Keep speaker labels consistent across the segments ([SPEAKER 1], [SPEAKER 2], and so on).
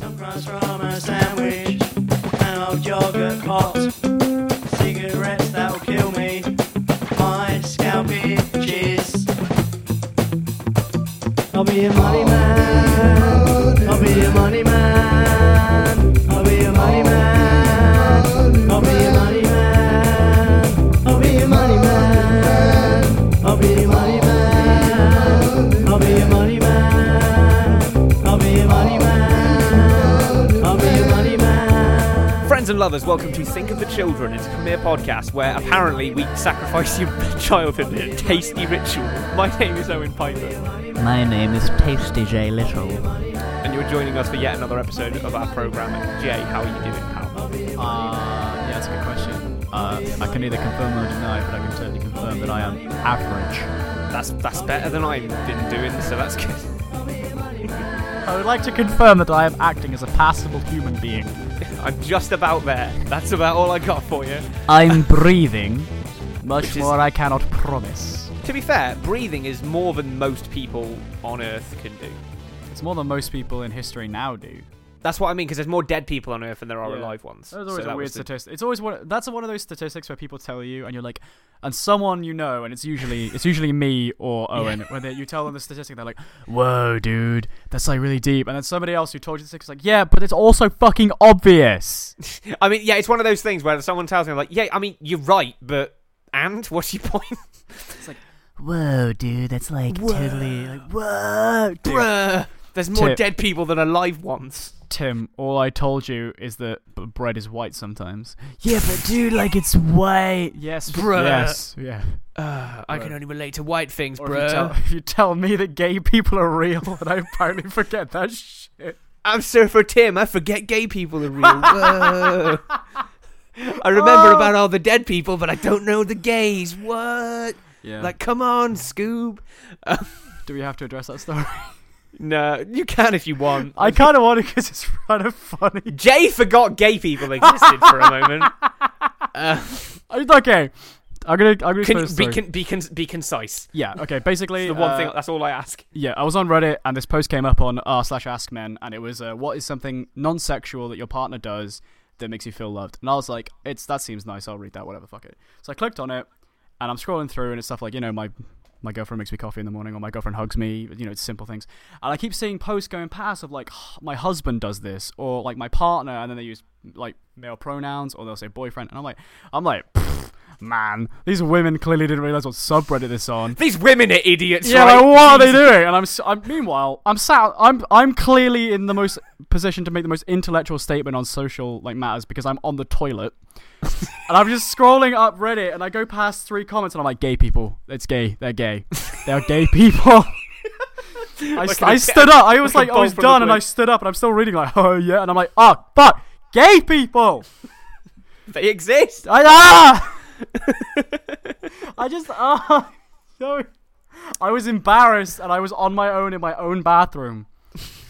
[SPEAKER 1] Crumbs from a sandwich, an old yogurt pot, cigarettes that'll kill me, my scalp itches. I'll be a money man. I'll be a money man. I'll be a money man. I'll be a money man. I'll be a money man. I'll be a money man. I'll be a money man. I'll be a money man. I'll be a money man.
[SPEAKER 2] Friends and lovers, welcome to Think of the Children. It's a premiere podcast where apparently we sacrifice your childhood in a tasty ritual. My name is Owen Piper,
[SPEAKER 3] My name is Tasty J Little.
[SPEAKER 2] and you're joining us for yet another episode of our program. Jay, how are you doing, pal?
[SPEAKER 4] Uh, yeah, that's a good question. Uh, I can neither confirm nor deny, but I can certainly confirm that I am average.
[SPEAKER 2] That's that's better than I've been doing, so that's good.
[SPEAKER 4] I would like to confirm that I am acting as a passable human being.
[SPEAKER 2] I'm just about there. That's about all I got for you.
[SPEAKER 4] I'm breathing. Much
[SPEAKER 2] Which is-
[SPEAKER 4] more I cannot promise.
[SPEAKER 2] To be fair, breathing is more than most people on Earth can do.
[SPEAKER 4] It's more than most people in history now do.
[SPEAKER 2] That's what I mean, because there's more dead people on Earth than there are
[SPEAKER 4] Yeah.
[SPEAKER 2] alive ones.
[SPEAKER 4] That was
[SPEAKER 2] So
[SPEAKER 4] always a
[SPEAKER 2] that
[SPEAKER 4] weird
[SPEAKER 2] was the-
[SPEAKER 4] statistic. It's always one. That's one of those statistics where people tell you, and you're like, and someone you know, and it's usually it's usually me or Owen. When they, you tell them the statistic, they're like, "Whoa, dude, that's like really deep." And then somebody else who told you the statistic is like, "Yeah, but it's also fucking obvious."
[SPEAKER 2] I mean, yeah, it's one of those things where someone tells me, like, yeah, I mean, you're right, but and what's your point?
[SPEAKER 3] Whoa, dude, that's like totally like whoa.
[SPEAKER 2] Bruh, there's more
[SPEAKER 4] Tip.
[SPEAKER 2] dead people than alive ones.
[SPEAKER 4] Tim, all I told you is that b- bread is white sometimes.
[SPEAKER 3] Yeah, but dude, like it's white.
[SPEAKER 4] Yes,
[SPEAKER 2] Bruh.
[SPEAKER 4] Yes, yeah.
[SPEAKER 2] Uh, I can
[SPEAKER 4] Bruh.
[SPEAKER 2] only relate to white things,
[SPEAKER 4] Or if
[SPEAKER 2] bruh.
[SPEAKER 4] you, tell, if you tell me that gay people are real, then I apparently forget that shit.
[SPEAKER 2] I'm Surfer Tim. I forget gay people are real. Whoa. I remember about all the dead people, but I don't know the gays. What?
[SPEAKER 4] Yeah.
[SPEAKER 2] Like, come on, Scoob.
[SPEAKER 4] do we have to address that story?
[SPEAKER 2] No, you can if you want.
[SPEAKER 4] I kind of want it because it's kind of funny.
[SPEAKER 2] Jay forgot gay people existed for a moment.
[SPEAKER 4] I mean, Okay, I'm gonna, I'm gonna
[SPEAKER 2] Can,
[SPEAKER 4] tell
[SPEAKER 2] you-
[SPEAKER 4] the
[SPEAKER 2] be,
[SPEAKER 4] story.
[SPEAKER 2] con- be, con- be concise.
[SPEAKER 4] Yeah. Okay. Basically,
[SPEAKER 2] The one
[SPEAKER 4] uh,
[SPEAKER 2] thing. That's all I ask.
[SPEAKER 4] Yeah, I was on Reddit and this post came up on r slash ask men, and it was uh, what is something non-sexual that your partner does that makes you feel loved? And I was like, it's that seems nice. I'll read that. Whatever. Fuck it. So I clicked on it, and I'm scrolling through, and it's stuff like you know my my girlfriend makes me coffee in the morning, or my girlfriend hugs me. You know, it's simple things. And I keep seeing posts going past of like my husband does this, or like my partner, and then they use like male pronouns, or they'll say boyfriend, and I'm like, I'm like. "Pfft, Man, these women clearly didn't realize what subreddit this on.
[SPEAKER 2] These women are idiots.
[SPEAKER 4] Yeah,
[SPEAKER 2] right?
[SPEAKER 4] like what are they
[SPEAKER 2] Jesus.
[SPEAKER 4] doing? And I'm, s- I'm meanwhile, I'm sat, I'm, I'm clearly in the most position to make the most intellectual statement on social like matters because I'm on the toilet, and I'm just scrolling up Reddit, and I go past three comments, and I'm like, gay people, it's gay, they're gay, they're gay people. I,
[SPEAKER 2] Like
[SPEAKER 4] st-
[SPEAKER 2] an
[SPEAKER 4] I
[SPEAKER 2] atta-
[SPEAKER 4] stood up. I was
[SPEAKER 2] like
[SPEAKER 4] like,
[SPEAKER 2] a
[SPEAKER 4] I was
[SPEAKER 2] bolt from the
[SPEAKER 4] done, and I
[SPEAKER 2] blade.
[SPEAKER 4] stood up, and I'm still reading like, oh yeah, and I'm like, oh fuck, gay people.
[SPEAKER 2] They exist.
[SPEAKER 4] I, ah! I just ah, no. I was embarrassed, and I was on my own in my own bathroom,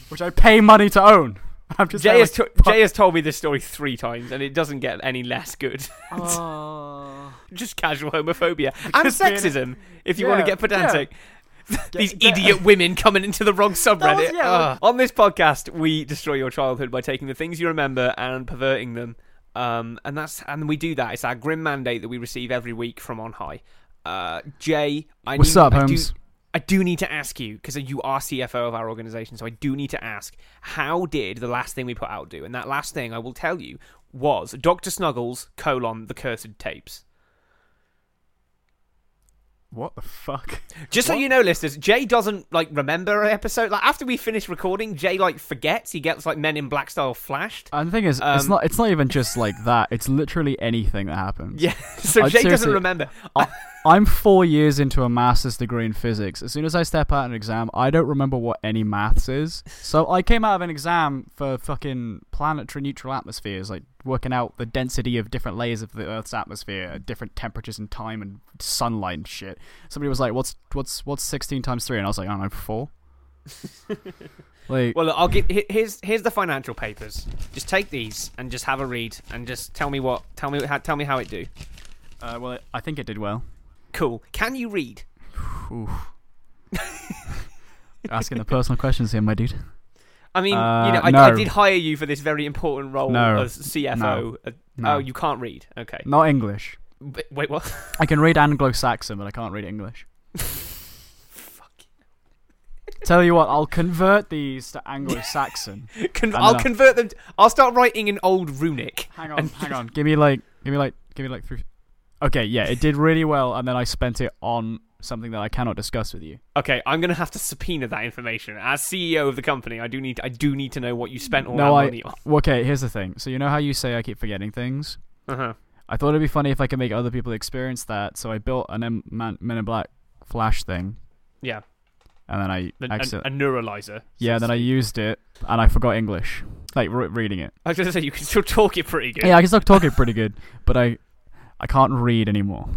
[SPEAKER 4] which I pay money to own. I'm just
[SPEAKER 2] Jay
[SPEAKER 4] there
[SPEAKER 2] has,
[SPEAKER 4] like,
[SPEAKER 2] to- Jay has told me this story three times, and it doesn't get any less good.
[SPEAKER 4] "Oh."
[SPEAKER 2] Just casual homophobia and
[SPEAKER 4] Because being-
[SPEAKER 2] sexism. If you want to
[SPEAKER 4] Yeah,
[SPEAKER 2] get pedantic. These
[SPEAKER 4] Get- get-
[SPEAKER 2] idiot women coming into the wrong subreddit. Ah.
[SPEAKER 4] That was- yeah,
[SPEAKER 2] Ugh. On this podcast, we destroy your childhood by taking the things you remember and perverting them. Um, and that's and we do that. It's our grim mandate that we receive every week from on high. Uh, Jay, I
[SPEAKER 4] What's
[SPEAKER 2] need-
[SPEAKER 4] up,
[SPEAKER 2] I do-
[SPEAKER 4] Holmes?
[SPEAKER 2] I do need to ask you because you are CFO of our organization, so I do need to ask: How did the last thing we put out do? And that last thing I will tell you was Doctor Snuggles colon the cursed tapes.
[SPEAKER 4] What the fuck?
[SPEAKER 2] Just so you know, listeners, Jay doesn't like remember an episode. Like after we finish recording, Jay like forgets. He gets like Men in Black style flashed.
[SPEAKER 4] And the thing is, it's
[SPEAKER 2] Um,
[SPEAKER 4] not. It's not even just like that. It's literally anything that happens.
[SPEAKER 2] Yeah, so
[SPEAKER 4] I
[SPEAKER 2] Jay doesn't
[SPEAKER 4] seriously-
[SPEAKER 2] remember.
[SPEAKER 4] I, I'm four years into a master's degree in physics. As soon as I step out an exam, I don't remember what any maths is. So I came out of an exam for fucking planetary neutral atmospheres, like working out the density of different layers of the Earth's atmosphere at different temperatures and time and sunlight and shit. Somebody was like, "What's what's what's 16 times 3? And I was like, "I don't know, four." like,
[SPEAKER 2] Well, look, I'll give he- here's here's the financial papers. Just take these and just have a read and just tell me what tell me how, tell me how it do.
[SPEAKER 4] uh, well, I think it did well.
[SPEAKER 2] Cool. Can you read?
[SPEAKER 4] Oof. Asking the personal questions here, my dude.
[SPEAKER 2] I mean, you
[SPEAKER 4] Uh,
[SPEAKER 2] know, I, I
[SPEAKER 4] no.
[SPEAKER 2] did hire you for this very important role
[SPEAKER 4] No.
[SPEAKER 2] as CFO.
[SPEAKER 4] No.
[SPEAKER 2] Uh,
[SPEAKER 4] No.
[SPEAKER 2] Oh, you can't read. Okay.
[SPEAKER 4] Not English.
[SPEAKER 2] B- Wait, what?
[SPEAKER 4] I can read Anglo-Saxon, but I can't read English.
[SPEAKER 2] Fuck.
[SPEAKER 4] Tell you what, I'll convert these to Anglo-Saxon.
[SPEAKER 2] Con-
[SPEAKER 4] I
[SPEAKER 2] I'll
[SPEAKER 4] know.
[SPEAKER 2] convert them. To- I'll start writing in old runic.
[SPEAKER 4] hang on, hang on. Give me like, give me like, give me like three. Okay, yeah, it did really well, and then I spent it on something that I cannot discuss with you.
[SPEAKER 2] Okay, I'm gonna have to subpoena that information as CEO of the company. I do need. I do need to know what you spent all
[SPEAKER 4] No,
[SPEAKER 2] that
[SPEAKER 4] I-
[SPEAKER 2] money on.
[SPEAKER 4] Well, okay, here's the thing. So you know how you say I keep forgetting things.
[SPEAKER 2] Uh-huh.
[SPEAKER 4] I thought it'd be funny if I could make other people experience that, so I built an M- Man- Men in Black flash thing,
[SPEAKER 2] Yeah,
[SPEAKER 4] and then I
[SPEAKER 2] a, a,
[SPEAKER 4] accident-
[SPEAKER 2] a neuralizer.
[SPEAKER 4] yeah, then I used it, and I forgot English, like re- reading it.
[SPEAKER 2] I was gonna say you can still talk it pretty good.
[SPEAKER 4] Yeah, I can still talk it pretty good, but I, I can't read anymore.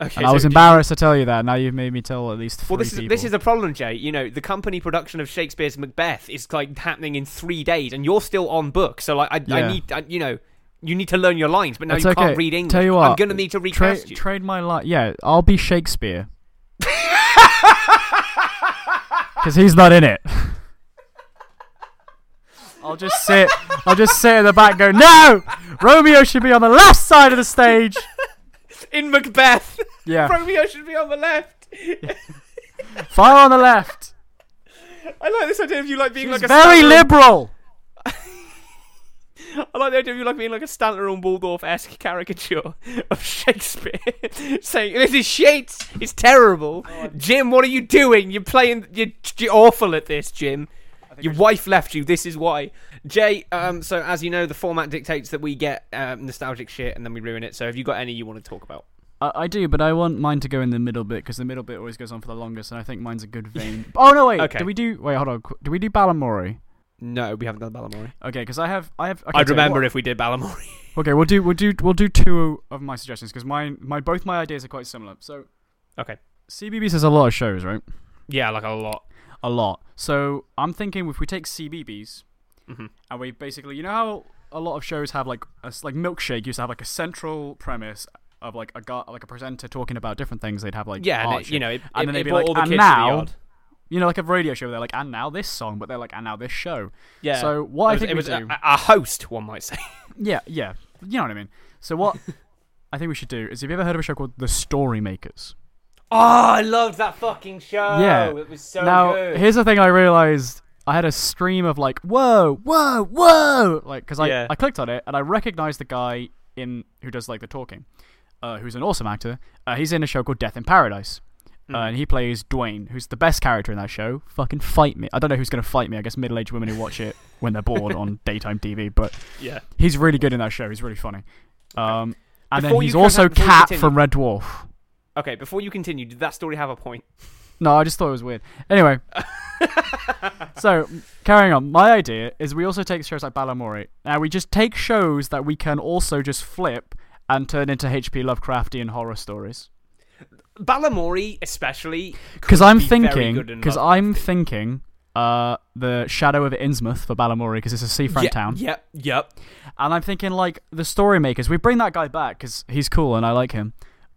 [SPEAKER 2] Okay,
[SPEAKER 4] And I
[SPEAKER 2] so
[SPEAKER 4] was
[SPEAKER 2] do-
[SPEAKER 4] embarrassed to tell you that. Now you've made me tell at least three
[SPEAKER 2] Well, this is
[SPEAKER 4] people.
[SPEAKER 2] this is a problem, Jay. You know, the company production of Shakespeare's Macbeth is like happening in three days, and you're still on book. So, like, I, I
[SPEAKER 4] Yeah.
[SPEAKER 2] need, I, you know, you need to learn your lines, but now
[SPEAKER 4] It's
[SPEAKER 2] you
[SPEAKER 4] okay.
[SPEAKER 2] can't read English.
[SPEAKER 4] Tell you
[SPEAKER 2] I'm
[SPEAKER 4] what,
[SPEAKER 2] gonna need to
[SPEAKER 4] Tra-
[SPEAKER 2] recast you.
[SPEAKER 4] trade my line. Yeah, I'll be Shakespeare. Because he's not in it. I'll just sit. I'll just sit in the back. And go no. Romeo should be on the left side of the stage.
[SPEAKER 2] in Macbeth,
[SPEAKER 4] Yeah,
[SPEAKER 2] Romeo should be on the left.
[SPEAKER 4] far on the left.
[SPEAKER 2] I like this idea of you like being
[SPEAKER 4] He's
[SPEAKER 2] like a
[SPEAKER 4] very
[SPEAKER 2] Statler-
[SPEAKER 4] liberal.
[SPEAKER 2] I like the idea of you like being like a Stanler and Waldorf esque caricature of Shakespeare, saying this is shit, it's terrible.
[SPEAKER 4] Oh,
[SPEAKER 2] Jim, what are you doing? You're playing, you're, you're awful at this, Jim. Your wife left you. This is why, Jay. Um, so as you know, the format dictates that we get um, nostalgic shit and then we ruin it. So have you got any you want to talk about?
[SPEAKER 4] I, I do, but I want mine to go in the middle bit because the middle bit always goes on for the longest, and I think mine's a good vein. oh no, wait.
[SPEAKER 2] Okay.
[SPEAKER 4] Do we do? Wait, hold on. qu- Do we do Balamori?
[SPEAKER 2] No, we haven't done Balamori.
[SPEAKER 4] Okay, because I have. I have. Okay,
[SPEAKER 2] I'd
[SPEAKER 4] so
[SPEAKER 2] remember
[SPEAKER 4] what-
[SPEAKER 2] if we did Balamori.
[SPEAKER 4] Okay, we'll do we'll do we'll do two of my suggestions because my my both my ideas are quite similar. So
[SPEAKER 2] Okay.
[SPEAKER 4] CBBS has a lot of shows, right?
[SPEAKER 2] Yeah, like a lot.
[SPEAKER 4] A lot. So I'm thinking if we take CBBS
[SPEAKER 2] Mhm.
[SPEAKER 4] and we basically, you know how a lot of shows have like a s like Milkshake used to have like a central premise of like a guy like a presenter talking about different things. They'd have like
[SPEAKER 2] Yeah, and
[SPEAKER 4] art
[SPEAKER 2] it,
[SPEAKER 4] show.
[SPEAKER 2] you know, it,
[SPEAKER 4] And
[SPEAKER 2] it,
[SPEAKER 4] then
[SPEAKER 2] it
[SPEAKER 4] they'd be
[SPEAKER 2] brought
[SPEAKER 4] like,
[SPEAKER 2] all the
[SPEAKER 4] "And
[SPEAKER 2] kids to
[SPEAKER 4] now-
[SPEAKER 2] the yard.
[SPEAKER 4] you know like a radio show. They're like and now this song, but they're like and now this show.
[SPEAKER 2] Yeah.
[SPEAKER 4] So what
[SPEAKER 2] it
[SPEAKER 4] I
[SPEAKER 2] was,
[SPEAKER 4] think
[SPEAKER 2] it
[SPEAKER 4] we
[SPEAKER 2] was
[SPEAKER 4] do,
[SPEAKER 2] a, a host, one might say.
[SPEAKER 4] yeah, yeah, you know what I mean. So what I think we should do is have you ever heard of a show called The Story Makers?
[SPEAKER 2] Oh, I loved that fucking show.
[SPEAKER 4] Yeah.
[SPEAKER 2] It was so
[SPEAKER 4] now,
[SPEAKER 2] good.
[SPEAKER 4] here's the thing I realized. I had a stream of like, whoa, whoa, whoa, like because I,
[SPEAKER 2] Yeah.
[SPEAKER 4] I clicked on it and I recognized the guy in who does like the talking, uh, who's an awesome actor. Uh, he's in a show called Death in Paradise, uh,
[SPEAKER 2] Mm.
[SPEAKER 4] and he plays Dwayne, who's the best character in that show. Fucking fight me! I don't know who's gonna fight me. I guess middle-aged women who watch it when they're bored on daytime TV, but
[SPEAKER 2] yeah.
[SPEAKER 4] he's really good in that show. He's really funny. Um,
[SPEAKER 2] Before
[SPEAKER 4] and then he's
[SPEAKER 2] you go-
[SPEAKER 4] also
[SPEAKER 2] before you
[SPEAKER 4] Cat
[SPEAKER 2] continue-
[SPEAKER 4] from Red Dwarf.
[SPEAKER 2] Okay, before you continue, did that story have a point?
[SPEAKER 4] No, I just thought it was weird. Anyway, so carrying on, my idea is we also take shows like Balamori. Now we just take shows that we can also just flip and turn into HP Lovecraftian horror stories.
[SPEAKER 2] Balamori, especially.
[SPEAKER 4] Because I'm
[SPEAKER 2] be very
[SPEAKER 4] thinking,
[SPEAKER 2] good in
[SPEAKER 4] because I'm thinking, uh, the Shadow of Innsmouth for Balamori because it's a seafront
[SPEAKER 2] yeah,
[SPEAKER 4] town,
[SPEAKER 2] Yep, yep.
[SPEAKER 4] and I'm thinking like the story makers. We bring that guy back because he's cool and I like him.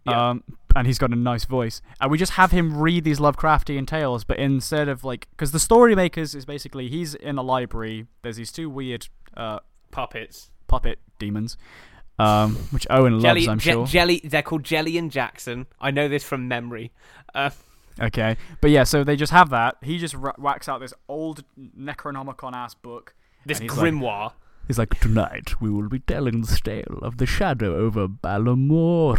[SPEAKER 2] Yeah.
[SPEAKER 4] Um, and he's got a nice voice. And we just have him read these Lovecraftian tales, but instead of like, because the story makers is basically he's in a library. There's these two weird uh,
[SPEAKER 2] Puppets.
[SPEAKER 4] puppet demons, um, which Owen loves,
[SPEAKER 2] Jelly,
[SPEAKER 4] I'm
[SPEAKER 2] Je-
[SPEAKER 4] sure.
[SPEAKER 2] Jelly. They're called Jelly and Jackson. I know this from memory. Uh,
[SPEAKER 4] okay, but yeah, so they just have that. He just ra- whacks out this old Necronomicon ass book.
[SPEAKER 2] this
[SPEAKER 4] And he's like-
[SPEAKER 2] grimoire.
[SPEAKER 4] He's like, tonight we will be telling the tale of the shadow over Balamore.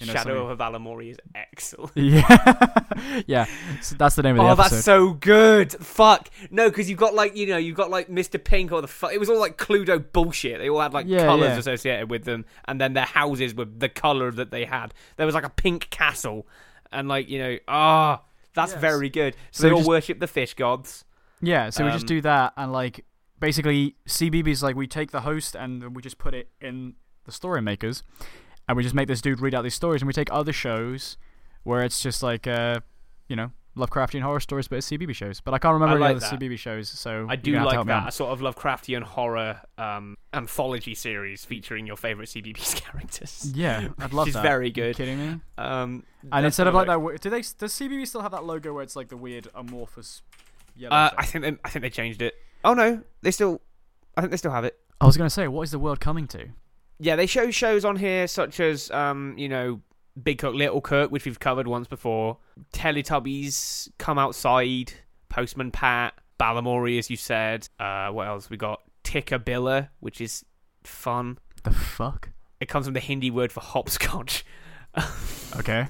[SPEAKER 4] You know,
[SPEAKER 2] Shadow
[SPEAKER 4] something-
[SPEAKER 2] of a Balamori is excellent.
[SPEAKER 4] Yeah, yeah. So that's the name of the
[SPEAKER 2] Oh,
[SPEAKER 4] episode.
[SPEAKER 2] that's so good. Fuck. No, because you've got like, you know, you've got like Mr. Pink or the fuck. It was all like Cluedo bullshit. They all had like
[SPEAKER 4] Yeah,
[SPEAKER 2] colours
[SPEAKER 4] yeah.
[SPEAKER 2] associated with them, and then their houses were the colour that they had. There was like a pink castle, and like, you know, ah, that's very good. So,
[SPEAKER 4] So
[SPEAKER 2] they all
[SPEAKER 4] just-
[SPEAKER 2] worship the fish gods.
[SPEAKER 4] Yeah, so we
[SPEAKER 2] Um,
[SPEAKER 4] just do that and like basically CBBS like we take the host and then we just put it in the story makers and we just make this dude read out these stories and we take other shows where it's just like uh you know Lovecraftian horror stories but it's CBB shows. But I can't remember
[SPEAKER 2] I
[SPEAKER 4] any
[SPEAKER 2] like
[SPEAKER 4] other
[SPEAKER 2] that.
[SPEAKER 4] CBB shows, so
[SPEAKER 2] I
[SPEAKER 4] you're
[SPEAKER 2] do
[SPEAKER 4] gonna have to
[SPEAKER 2] like
[SPEAKER 4] help me
[SPEAKER 2] that.
[SPEAKER 4] out.
[SPEAKER 2] A sort of Lovecraftian horror um, anthology series featuring your favourite CBBS characters.
[SPEAKER 4] Yeah, I'd love
[SPEAKER 2] She's
[SPEAKER 4] that.
[SPEAKER 2] very
[SPEAKER 4] Are you
[SPEAKER 2] good.
[SPEAKER 4] kidding me?
[SPEAKER 2] Um,
[SPEAKER 4] And
[SPEAKER 2] that's
[SPEAKER 4] instead of
[SPEAKER 2] what I
[SPEAKER 4] like that, w- do they does CBB still have that logo where it's like the weird amorphous yellow?
[SPEAKER 2] Uh,
[SPEAKER 4] thing?
[SPEAKER 2] I think they, I think they changed it. Oh no, they still. I think they still have it.
[SPEAKER 4] I was gonna say, what is the world coming to?
[SPEAKER 2] Yeah, they show shows on here such as um, you know, Big Cook, Little Cook, which we've covered once before. Teletubbies, Come Outside, Postman Pat, Balamori, as you said. Uh, what else we got? Tickabilla, which is fun.
[SPEAKER 4] The fuck?
[SPEAKER 2] It comes from the Hindi word for hopscotch,
[SPEAKER 4] Okay,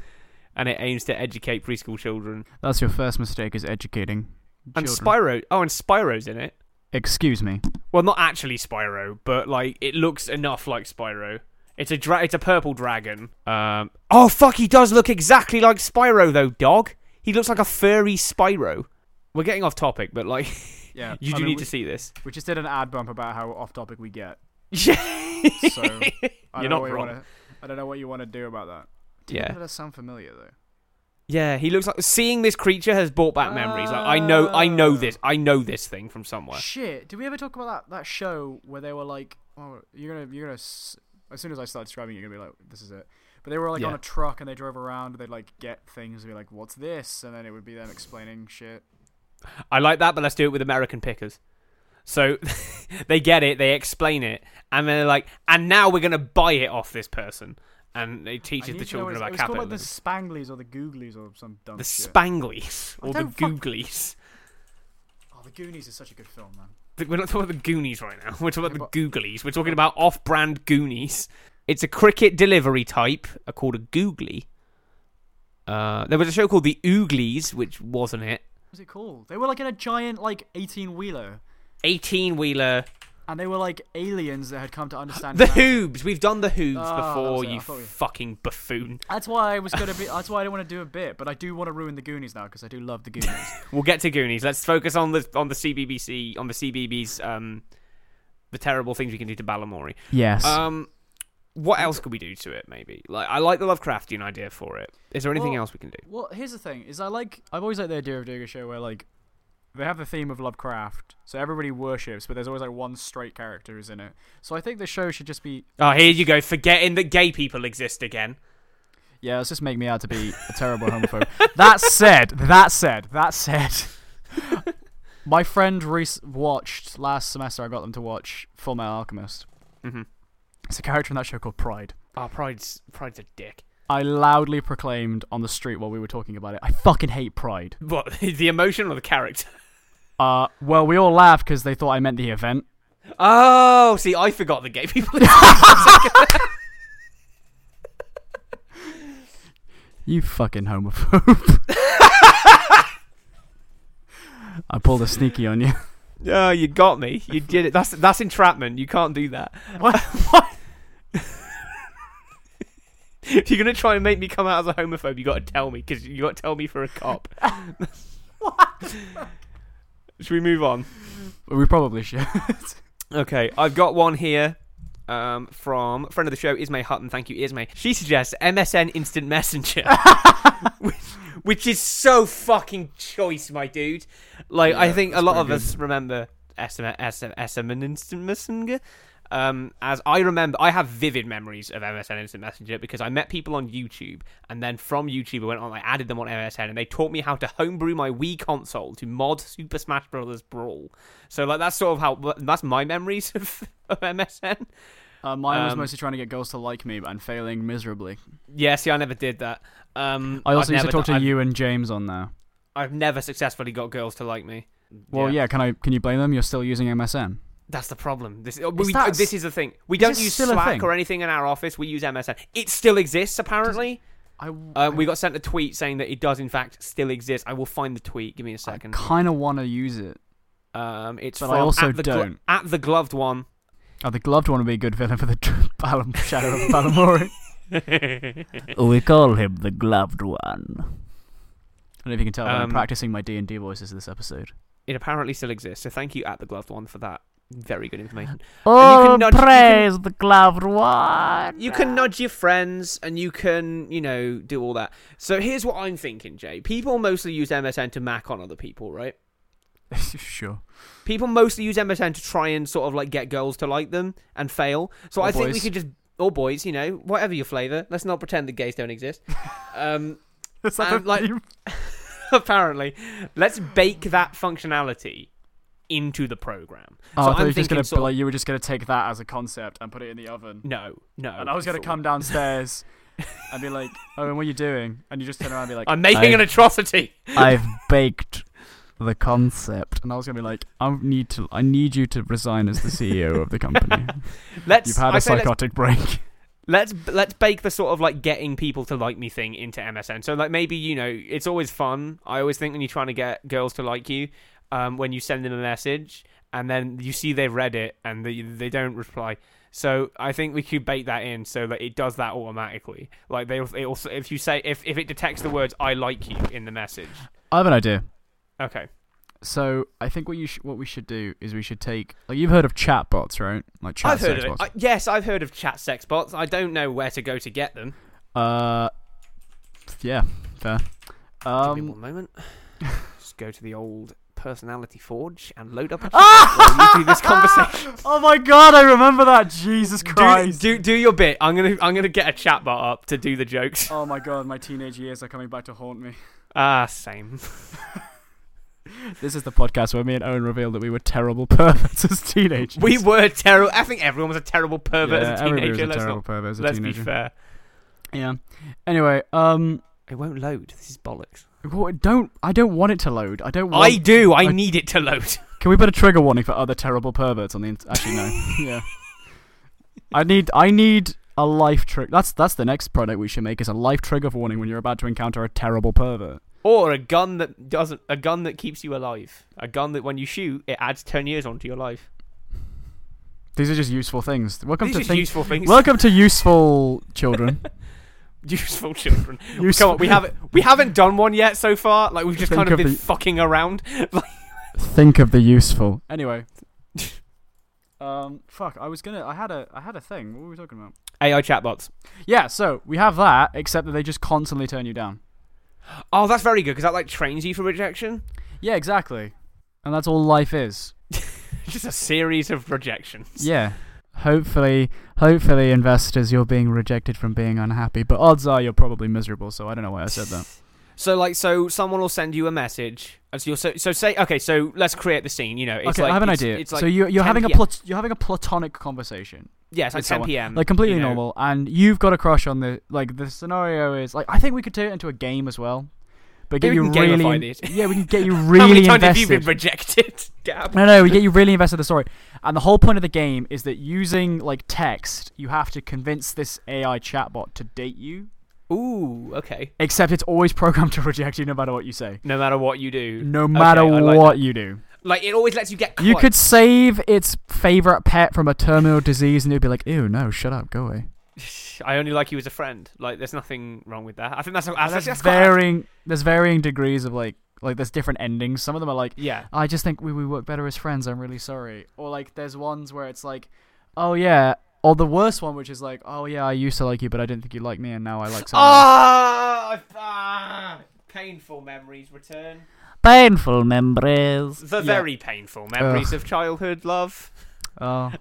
[SPEAKER 2] and it aims to educate preschool children.
[SPEAKER 4] that's your first mistake is educating.
[SPEAKER 2] And
[SPEAKER 4] children.
[SPEAKER 2] Spyro. Oh, and Spyro's in it.
[SPEAKER 4] Excuse me.
[SPEAKER 2] Well, not actually Spyro, but like it looks enough like Spyro. It's a dra- it's a purple dragon. Um, oh fuck, he does look exactly like Spyro though, dog. He looks like a furry Spyro. We're getting off topic, but like
[SPEAKER 4] Yeah,
[SPEAKER 2] you do
[SPEAKER 4] I mean,
[SPEAKER 2] need to
[SPEAKER 4] we,
[SPEAKER 2] see this.
[SPEAKER 4] We just did an ad bump about how off topic we get.
[SPEAKER 2] Yeah,
[SPEAKER 4] So I
[SPEAKER 2] You're
[SPEAKER 4] don't
[SPEAKER 2] not
[SPEAKER 4] know what you
[SPEAKER 2] wrong.
[SPEAKER 4] wanna, I don't know what you want to do about that.
[SPEAKER 2] yeah,
[SPEAKER 4] That does sound familiar though.
[SPEAKER 2] yeah. He looks like seeing this creature has brought back memories. Like I know, I know this, I know this thing from somewhere.
[SPEAKER 4] Shit! Did we ever talk about that, that show where they were like, "Oh, you're gonna, you're gonna." S-, as soon as I start describing, it, you're gonna be like, "This is it." But they were like on
[SPEAKER 2] Yeah.
[SPEAKER 4] a truck and they drove around. They'd like get things and be like, "What's this?" And then it would be them explaining shit.
[SPEAKER 2] I like that, but let's do it with American pickers. So they get it, they explain it, and then they're like, and now we're going to buy it off this person. And they
[SPEAKER 4] I
[SPEAKER 2] teaches
[SPEAKER 4] need
[SPEAKER 2] the
[SPEAKER 4] to know what
[SPEAKER 2] children
[SPEAKER 4] it's-
[SPEAKER 2] about
[SPEAKER 4] it was called,
[SPEAKER 2] capitalism.
[SPEAKER 4] like the Spanglies or the Googlies or some dumb
[SPEAKER 2] the
[SPEAKER 4] shit.
[SPEAKER 2] Spanglies,
[SPEAKER 4] I
[SPEAKER 2] or the
[SPEAKER 4] don't fuck-
[SPEAKER 2] Googlies.
[SPEAKER 4] oh, the Goonies is such a good film, man.
[SPEAKER 2] Th- We're not talking about the Goonies right now. We're talking
[SPEAKER 4] Yeah,
[SPEAKER 2] about the Googlies. We're talking about off brand Goonies. It's a cricket delivery type uh, called a Googly. Uh, there was a show called The Ooglies, which wasn't it.
[SPEAKER 4] What was it called? They were like in a giant like eighteen wheeler,
[SPEAKER 2] 18 wheeler.
[SPEAKER 4] and they were like aliens that had come to understand
[SPEAKER 2] The
[SPEAKER 4] humanity.
[SPEAKER 2] Hoobs. We've done The Hoobs
[SPEAKER 4] Ah, that
[SPEAKER 2] before,
[SPEAKER 4] was it. I
[SPEAKER 2] you
[SPEAKER 4] thought we-
[SPEAKER 2] fucking buffoon.
[SPEAKER 4] That's why I was gonna be. That's why I don't want to do a bit, but I do want to ruin the Goonies now because I do love the Goonies.
[SPEAKER 2] We'll get to Goonies. Let's focus on the on the CBBC on the CBBS um the terrible things we can do to Balamori.
[SPEAKER 4] yes.
[SPEAKER 2] Um what else could we do to it maybe? Like I like the Lovecraftian idea for it. Is there anything
[SPEAKER 4] Well-
[SPEAKER 2] else we can do?
[SPEAKER 4] Well, here's the thing: is I like I've always liked the idea of doing a show where like they have the theme of Lovecraft, so everybody worships, but there's always like one straight character who's in it. So I think the show should just be
[SPEAKER 2] Oh, here you go, forgetting that gay people exist again.
[SPEAKER 4] yeah, let's just make me out to be a terrible homophobe. that said, that said, that said. My friend Reese watched last semester. I got them to watch Full Metal Alchemist.
[SPEAKER 2] Mhm.
[SPEAKER 4] It's a character in that show called Pride.
[SPEAKER 2] Oh, Pride's Pride's a dick.
[SPEAKER 4] I loudly proclaimed on the street while we were talking about it, I fucking hate Pride.
[SPEAKER 2] What the emotion or the character?
[SPEAKER 4] Uh, well, we all laughed because they thought I meant the event.
[SPEAKER 2] Oh, see, I forgot the gay people.
[SPEAKER 4] You fucking homophobe. I pulled a sneaky on you.
[SPEAKER 2] oh, you got me. You did it. That's that's entrapment. You can't do that. if you're gonna try and make me come out as a homophobe, you gotta tell me because you gotta tell me for a cop. Should we move on?
[SPEAKER 4] We probably should.
[SPEAKER 2] Okay, I've got one here um, from friend of the show Ismay Hutton. Thank you, Ismay. She suggests MSN Instant Messenger, which, which is so fucking choice, my dude. Like, I
[SPEAKER 4] Yeah,
[SPEAKER 2] think a
[SPEAKER 4] that's
[SPEAKER 2] lot
[SPEAKER 4] pretty
[SPEAKER 2] of us remember SMS, SMS, and Instant Messenger. Um, as I remember, I have vivid memories of MSN Instant Messenger because I met people on YouTube, and then from YouTube, I went on, I added them on MSN, and they taught me how to homebrew my Wii console to mod Super Smash Bros. Brawl. So, like, that's sort of how that's my memories of, of MSN.
[SPEAKER 4] Uh, mine was
[SPEAKER 2] Um,
[SPEAKER 4] mostly trying to get girls to like me and failing miserably.
[SPEAKER 2] Yeah, see, I never did that. Um,
[SPEAKER 4] I also
[SPEAKER 2] I've
[SPEAKER 4] used to
[SPEAKER 2] never
[SPEAKER 4] talk to
[SPEAKER 2] done- I've-
[SPEAKER 4] you and James on there.
[SPEAKER 2] I've never successfully got girls to like me.
[SPEAKER 4] Well, yeah. Can I? Can you blame them? You're still using MSN.
[SPEAKER 2] That's the problem. This we,
[SPEAKER 4] that
[SPEAKER 2] this
[SPEAKER 4] s-
[SPEAKER 2] is the thing. We
[SPEAKER 4] is
[SPEAKER 2] don't
[SPEAKER 4] this
[SPEAKER 2] use
[SPEAKER 4] still a
[SPEAKER 2] Slack
[SPEAKER 4] thing?
[SPEAKER 2] or anything in our office. We use MSN. It still exists apparently.
[SPEAKER 4] I,
[SPEAKER 3] Oh,
[SPEAKER 2] Um, we got sent a tweet saying that it does in fact still exist. I will find the tweet. Give me a second.
[SPEAKER 4] kind of want to use it.
[SPEAKER 2] Um, it's
[SPEAKER 4] But I
[SPEAKER 2] from
[SPEAKER 4] also
[SPEAKER 2] at the
[SPEAKER 4] don't.
[SPEAKER 2] at the gloved one.
[SPEAKER 4] Oh, the gloved one would be a good villain for the Balam- Shadow of Balamori.
[SPEAKER 3] We call him the gloved one.
[SPEAKER 4] I don't know if you can tell, but I'm
[SPEAKER 2] Um,
[SPEAKER 4] practicing my D and D voices this episode.
[SPEAKER 2] It apparently still exists. So thank you at the gloved one for that. Very good information. you can
[SPEAKER 3] Oh,
[SPEAKER 2] nudge- you
[SPEAKER 3] praise the gloved one.
[SPEAKER 2] You can nudge your friends and you can, you know, do all that. So here's what I'm thinking, Jay. People mostly use MSN to mac on other people, right?
[SPEAKER 4] sure.
[SPEAKER 2] People mostly use MSN to try and sort of like get girls to like them and fail. So
[SPEAKER 4] Or
[SPEAKER 2] I think we
[SPEAKER 4] boys.
[SPEAKER 2] could just, or boys, you know, whatever your flavor. Let's not pretend that gays don't exist. um,
[SPEAKER 4] Is Oh,
[SPEAKER 2] that the And, like- apparently, let's bake that functionality into the program. so
[SPEAKER 4] Oh, I thought
[SPEAKER 2] I'm
[SPEAKER 4] you were just
[SPEAKER 2] thinking
[SPEAKER 4] gonna
[SPEAKER 2] sort of-
[SPEAKER 4] like you were just gonna take that as a concept and put it in the oven.
[SPEAKER 2] no, no.
[SPEAKER 4] And I was gonna
[SPEAKER 2] Sort of-
[SPEAKER 4] come downstairs and be like, "Owen, what are you doing?" And you just turn around and be like,
[SPEAKER 2] I'm making
[SPEAKER 4] I-
[SPEAKER 2] an atrocity.
[SPEAKER 4] "I've baked the concept." And I was gonna be like, "I need to. I need you to resign as the CEO of the company.
[SPEAKER 2] Let's.
[SPEAKER 4] You've had
[SPEAKER 2] I
[SPEAKER 4] a
[SPEAKER 2] say let's
[SPEAKER 4] psychotic break."
[SPEAKER 2] let's let's bake the sort of like getting people to like me thing into MSN. So like maybe you know it's always fun. I always think when you're trying to get girls to like you, um, when you send them a message and then you see they've read it and they they don't reply. So I think we could bake that in so that it does that automatically. Like they it also if you say if if it detects the words I like you in the message.
[SPEAKER 4] I have an idea.
[SPEAKER 2] Okay.
[SPEAKER 4] So I think what you sh- what we should do is we should take like you've heard of chatbots, right? Like chat
[SPEAKER 2] I've heard of
[SPEAKER 4] sex
[SPEAKER 2] it.
[SPEAKER 4] bots.
[SPEAKER 2] I- yes, I've heard of chat sex bots. I don't know where to go to get them.
[SPEAKER 4] Uh, yeah, fair.
[SPEAKER 2] Give me
[SPEAKER 4] Um,
[SPEAKER 2] one moment. Just go to the old personality forge and load up a chat while you do this conversation.
[SPEAKER 4] oh my god, I remember that. Jesus
[SPEAKER 2] Do,
[SPEAKER 4] Christ.
[SPEAKER 2] do do your bit. I'm gonna I'm gonna get a chatbot up to do the jokes.
[SPEAKER 4] Oh my god, my teenage years are coming back to haunt me.
[SPEAKER 2] Ah, same.
[SPEAKER 4] This is the podcast where me and Owen revealed that we were terrible perverts as teenagers.
[SPEAKER 2] We were terrible. I think everyone was a terrible
[SPEAKER 4] yeah,
[SPEAKER 2] pervert as a
[SPEAKER 4] everybody
[SPEAKER 2] teenager.
[SPEAKER 4] Was a
[SPEAKER 2] let's
[SPEAKER 4] terrible
[SPEAKER 2] not,
[SPEAKER 4] pervert as a
[SPEAKER 2] let's
[SPEAKER 4] teenager.
[SPEAKER 2] be fair.
[SPEAKER 4] Yeah. Anyway, um,
[SPEAKER 2] It won't load. This is bollocks.
[SPEAKER 4] what- don't I don't want it to load. I don't. Want,
[SPEAKER 2] I do. I
[SPEAKER 4] I-
[SPEAKER 2] need it to load.
[SPEAKER 4] Can we put a trigger warning for other terrible perverts on the? Int- Actually, no. yeah. I need. I need a life trick. That's that's the next product we should make is a life trigger warning when you're about to encounter a terrible pervert.
[SPEAKER 2] Or a gun that doesn't. A gun that keeps you alive. A gun that when you shoot, it adds ten years onto your life.
[SPEAKER 4] These are just useful things. Welcome
[SPEAKER 2] These
[SPEAKER 4] to
[SPEAKER 2] are
[SPEAKER 4] things.
[SPEAKER 2] useful things.
[SPEAKER 4] Welcome to useful children.
[SPEAKER 2] useful children.
[SPEAKER 4] Useful.
[SPEAKER 2] Come on, we haven't we haven't done one yet so far. Like we've just
[SPEAKER 4] Think
[SPEAKER 2] kind of
[SPEAKER 4] of
[SPEAKER 2] been
[SPEAKER 4] the-
[SPEAKER 2] fucking around. Like,
[SPEAKER 4] Think of the useful. Anyway. um fuck, I was gonna I had a I had a thing. What were we talking about?
[SPEAKER 2] AI chatbots.
[SPEAKER 4] Yeah, so we have that, except that they just constantly turn you down.
[SPEAKER 2] Oh, that's very good because that like trains you for rejection.
[SPEAKER 4] Yeah, exactly. And that's all life is.
[SPEAKER 2] Just a series of rejections.
[SPEAKER 4] Yeah. Hopefully hopefully investors you're being rejected from being unhappy, but odds are you're probably miserable, so I don't know why I said that.
[SPEAKER 2] So like, so someone will send you a message. And so you'll so, so say okay. So let's create the scene. You know, it's
[SPEAKER 4] okay,
[SPEAKER 2] like
[SPEAKER 4] I have an
[SPEAKER 2] it's-
[SPEAKER 4] idea.
[SPEAKER 2] It's like
[SPEAKER 4] so you're you're
[SPEAKER 2] 10
[SPEAKER 4] having a
[SPEAKER 2] PM.
[SPEAKER 4] plat- you're having a platonic conversation.
[SPEAKER 2] yeah, it's like
[SPEAKER 4] with
[SPEAKER 2] 10
[SPEAKER 4] someone.
[SPEAKER 2] p.m.
[SPEAKER 4] like completely
[SPEAKER 2] Mm-hmm. you know.
[SPEAKER 4] normal and you've got a crush on the like the scenario is like i think we could turn it into a game as well but get
[SPEAKER 2] Maybe we
[SPEAKER 4] you
[SPEAKER 2] can
[SPEAKER 4] really
[SPEAKER 2] gamify
[SPEAKER 4] in-
[SPEAKER 2] this.
[SPEAKER 4] yeah we can get you
[SPEAKER 2] How many
[SPEAKER 4] really
[SPEAKER 2] times have you been
[SPEAKER 4] invested
[SPEAKER 2] rejected? Gab?
[SPEAKER 4] no no we get you really invested in the story and the whole point of the game is that using like text you have to convince this ai chatbot to date you
[SPEAKER 2] Ooh, okay.
[SPEAKER 4] except it's always programmed to reject you no matter what you say
[SPEAKER 2] No matter what you do,
[SPEAKER 4] no matter
[SPEAKER 2] I like
[SPEAKER 4] what you do
[SPEAKER 2] like it always lets you get. Close.
[SPEAKER 4] you could save its favorite pet from a terminal disease and it'd be like ew no shut up go away
[SPEAKER 2] I only like you as a friend. Like, there's nothing wrong with that. I think that's that's,
[SPEAKER 4] there's
[SPEAKER 2] that's, that's quite-
[SPEAKER 4] varying there's varying degrees of like like there's different endings. Some of them are like
[SPEAKER 2] yeah.
[SPEAKER 4] I just think we, we work better as friends, I'm really sorry. Or like there's ones where it's like, Oh yeah or the worst one which is like, Oh yeah, I used to like you but I didn't think you liked me and now I like someone. else."
[SPEAKER 2] Ah, I've- ah, painful memories return.
[SPEAKER 3] Painful memories.
[SPEAKER 2] The very painful memories of childhood love.
[SPEAKER 4] Oh.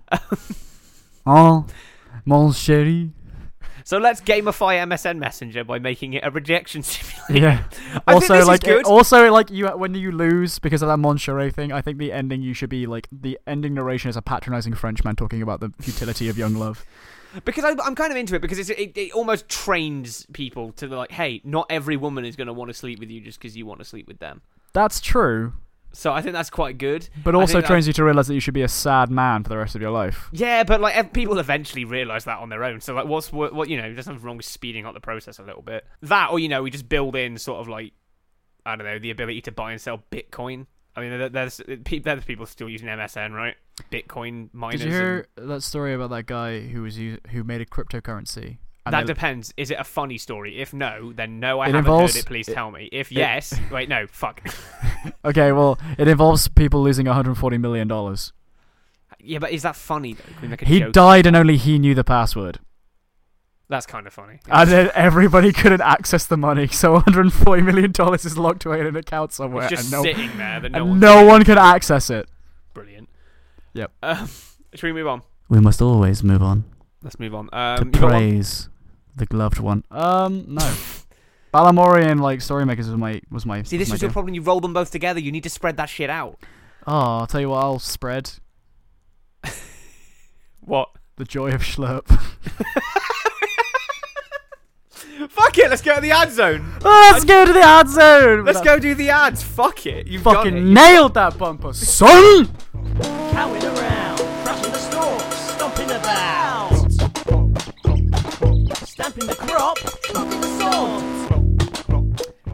[SPEAKER 4] oh mon chéri.
[SPEAKER 2] So let's gamify MSN Messenger by making it a rejection simulator.
[SPEAKER 4] Yeah.
[SPEAKER 2] I think
[SPEAKER 4] also
[SPEAKER 2] this is
[SPEAKER 4] like it-
[SPEAKER 2] good.
[SPEAKER 4] also like you when you lose because of that mon chéri thing, I think the ending you should be like the ending narration is a patronizing Frenchman talking about the futility of young love.
[SPEAKER 2] Because I, I'm kind of into it because it's, it, it almost trains people to like, hey, not every woman is going to want to sleep with you just because you want to sleep with them.
[SPEAKER 4] That's true.
[SPEAKER 2] So I think that's quite good.
[SPEAKER 4] But
[SPEAKER 2] I
[SPEAKER 4] also
[SPEAKER 2] think I-
[SPEAKER 4] trains you to realize that you should be a sad man for the rest of your life.
[SPEAKER 2] Yeah, but like ev- people eventually realize that on their own. So like, what's what, what you know? There's nothing wrong with speeding up the process a little bit. That, or you know, we just build in sort of like I don't know the ability to buy and sell Bitcoin. I mean, there- there's pe- there's people still using MSN, right? Bitcoin miners.
[SPEAKER 4] Did you hear that story about that guy who was u- who made a cryptocurrency?
[SPEAKER 2] and-
[SPEAKER 4] And
[SPEAKER 2] that
[SPEAKER 4] they-
[SPEAKER 2] depends. Is it a funny story? If no, then no, I
[SPEAKER 4] It
[SPEAKER 2] haven't
[SPEAKER 4] involves-
[SPEAKER 2] heard it. Please
[SPEAKER 4] it-
[SPEAKER 2] tell me. If yes, wait, no, fuck.
[SPEAKER 4] okay, well, it involves people losing 140 million dollars.
[SPEAKER 2] yeah, but is that funny though? Can we make a
[SPEAKER 4] He
[SPEAKER 2] joke?
[SPEAKER 4] died, and only he knew the password,
[SPEAKER 2] That's kind of funny.
[SPEAKER 4] and then everybody couldn't access the money. So 140 million dollars is locked away in an account somewhere,
[SPEAKER 2] It's just
[SPEAKER 4] and no,
[SPEAKER 2] sitting there that no
[SPEAKER 4] and
[SPEAKER 2] one.
[SPEAKER 4] no one could access it.
[SPEAKER 2] Brilliant.
[SPEAKER 4] Yep.
[SPEAKER 2] Um, should we move on?
[SPEAKER 3] We must always move on
[SPEAKER 2] Let's move on.
[SPEAKER 3] to
[SPEAKER 2] Um, you got one?
[SPEAKER 3] praise the gloved one.
[SPEAKER 4] Um, no. Balamorian like storymakers was my was my.
[SPEAKER 2] See, this
[SPEAKER 4] my
[SPEAKER 2] was your
[SPEAKER 4] deal.
[SPEAKER 2] problem. You roll them both together. You need to spread that shit out.
[SPEAKER 4] Oh, I'll tell you what. I'll spread
[SPEAKER 2] What?
[SPEAKER 4] the joy of schlurp.
[SPEAKER 2] Fuck it, let's go to the ad zone.
[SPEAKER 4] Let's go to the ad zone.
[SPEAKER 2] Let's go do the ads. Fuck it. You've got it.
[SPEAKER 4] Fucking nailed that bumper, son.
[SPEAKER 1] Cowing around, crushing the stalks, stomping the boughs, stamping the crop, chopping the sod.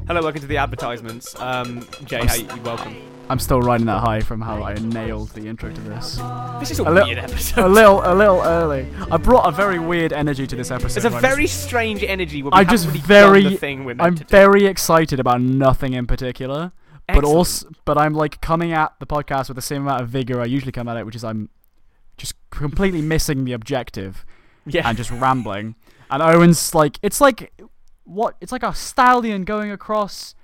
[SPEAKER 2] Hello, welcome to the advertisements. Um, Jay, how you, welcome.
[SPEAKER 4] I'm still riding that high from how I nailed the intro to this.
[SPEAKER 2] This is a,
[SPEAKER 4] li-
[SPEAKER 2] weird episode.
[SPEAKER 4] A little, a little early. I brought a very weird energy to this episode.
[SPEAKER 2] It's a
[SPEAKER 4] right?
[SPEAKER 2] very strange energy. Where we
[SPEAKER 4] I
[SPEAKER 2] haven't
[SPEAKER 4] just
[SPEAKER 2] really done
[SPEAKER 4] very,
[SPEAKER 2] the thing we're meant
[SPEAKER 4] I'm
[SPEAKER 2] to do.
[SPEAKER 4] very excited about nothing in particular, but
[SPEAKER 2] Excellent.
[SPEAKER 4] also, but I'm like coming at the podcast with the same amount of vigor I usually come at it, which is I'm just completely missing the objective
[SPEAKER 2] yeah.
[SPEAKER 4] and just rambling. And Owen's like, it's like what? It's like a stallion going across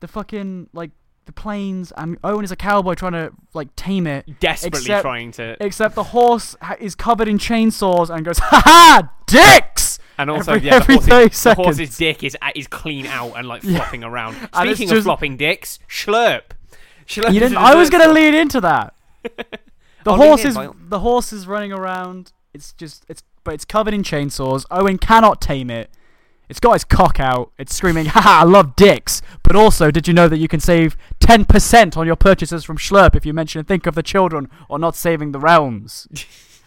[SPEAKER 4] the fucking like the plains, and Owen is a cowboy trying to like tame it.
[SPEAKER 2] desperately
[SPEAKER 4] except- e-
[SPEAKER 2] trying to,
[SPEAKER 4] Except the horse ha- is covered in chainsaws and goes, ha ha, dicks!
[SPEAKER 2] and also
[SPEAKER 4] every-
[SPEAKER 2] yeah,
[SPEAKER 4] every
[SPEAKER 2] the,
[SPEAKER 4] 30
[SPEAKER 2] horse's, the
[SPEAKER 4] seconds.
[SPEAKER 2] horse's dick is at- is clean out and like flopping around.
[SPEAKER 4] And it's
[SPEAKER 2] Speaking of
[SPEAKER 4] just-
[SPEAKER 2] flopping dicks, schlurp. Schlurp
[SPEAKER 4] You
[SPEAKER 2] is
[SPEAKER 4] didn't.
[SPEAKER 2] a
[SPEAKER 4] I was
[SPEAKER 2] dessert
[SPEAKER 4] gonna
[SPEAKER 2] store.
[SPEAKER 4] lead into that. The
[SPEAKER 2] I'll lean
[SPEAKER 4] horse
[SPEAKER 2] in,
[SPEAKER 4] is
[SPEAKER 2] by all-
[SPEAKER 4] the horse is running around. It's just it's but it's covered in chainsaws. Owen cannot tame it. It's got his cock out. It's screaming, "Haha, I love dicks." But also, did you know that you can save ten percent on your purchases from Schlurp if you mention and think of the children or not saving the realms?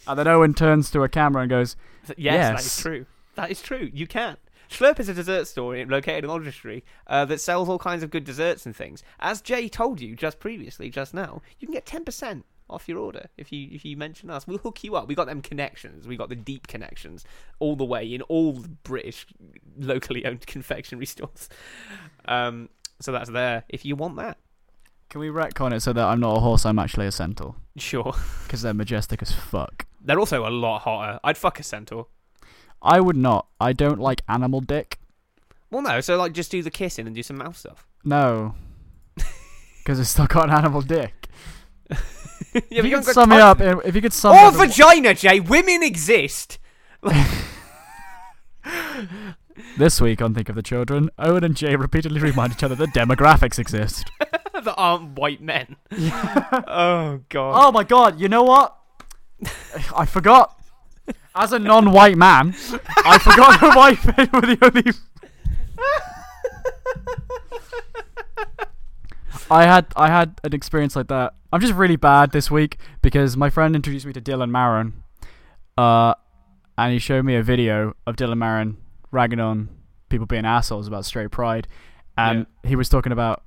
[SPEAKER 4] and then Owen turns to a camera and goes,
[SPEAKER 2] Th- Yes, that is
[SPEAKER 4] Yes.
[SPEAKER 2] true. That is true. You can. Schlurp is a dessert store in- located in Aldershot uh, that sells all kinds of good desserts and things. As Jay told you just previously, just now, you can get ten percent off your order if you if you mention us. We'll hook you up. We got them connections. We got the deep connections all the way in all the British locally owned confectionery stores. Um, so that's there if you want that.
[SPEAKER 4] "Can we retcon it so that I'm not a horse? I'm actually a centaur
[SPEAKER 2] Sure.
[SPEAKER 4] because they're majestic as fuck."
[SPEAKER 2] They're also a lot hotter. I'd fuck a centaur.
[SPEAKER 4] I would not. I don't like animal dick.
[SPEAKER 2] Well, no. So like, just do the kissing and do some mouth stuff.
[SPEAKER 4] No. Because it's still got an animal dick.
[SPEAKER 2] yeah,
[SPEAKER 4] if
[SPEAKER 2] but
[SPEAKER 4] you
[SPEAKER 2] you haven't
[SPEAKER 4] could
[SPEAKER 2] got
[SPEAKER 4] sum it
[SPEAKER 2] time
[SPEAKER 4] up,
[SPEAKER 2] for
[SPEAKER 4] in- if you could sum
[SPEAKER 2] Or
[SPEAKER 4] up in-
[SPEAKER 2] vagina, Jay. Women exist.
[SPEAKER 4] this week on Think of the Children, Owen and Jay repeatedly remind each other that demographics exist.
[SPEAKER 2] that aren't white men. oh god.
[SPEAKER 4] Oh my god! You know what? I forgot. As a non-white man, I forgot the white men were the only. I had I had an experience like that. I'm just really bad this week because my friend introduced me to Dylan Maron, uh, and he showed me a video of Dylan Maron ragging on people being assholes about straight pride, and he was talking about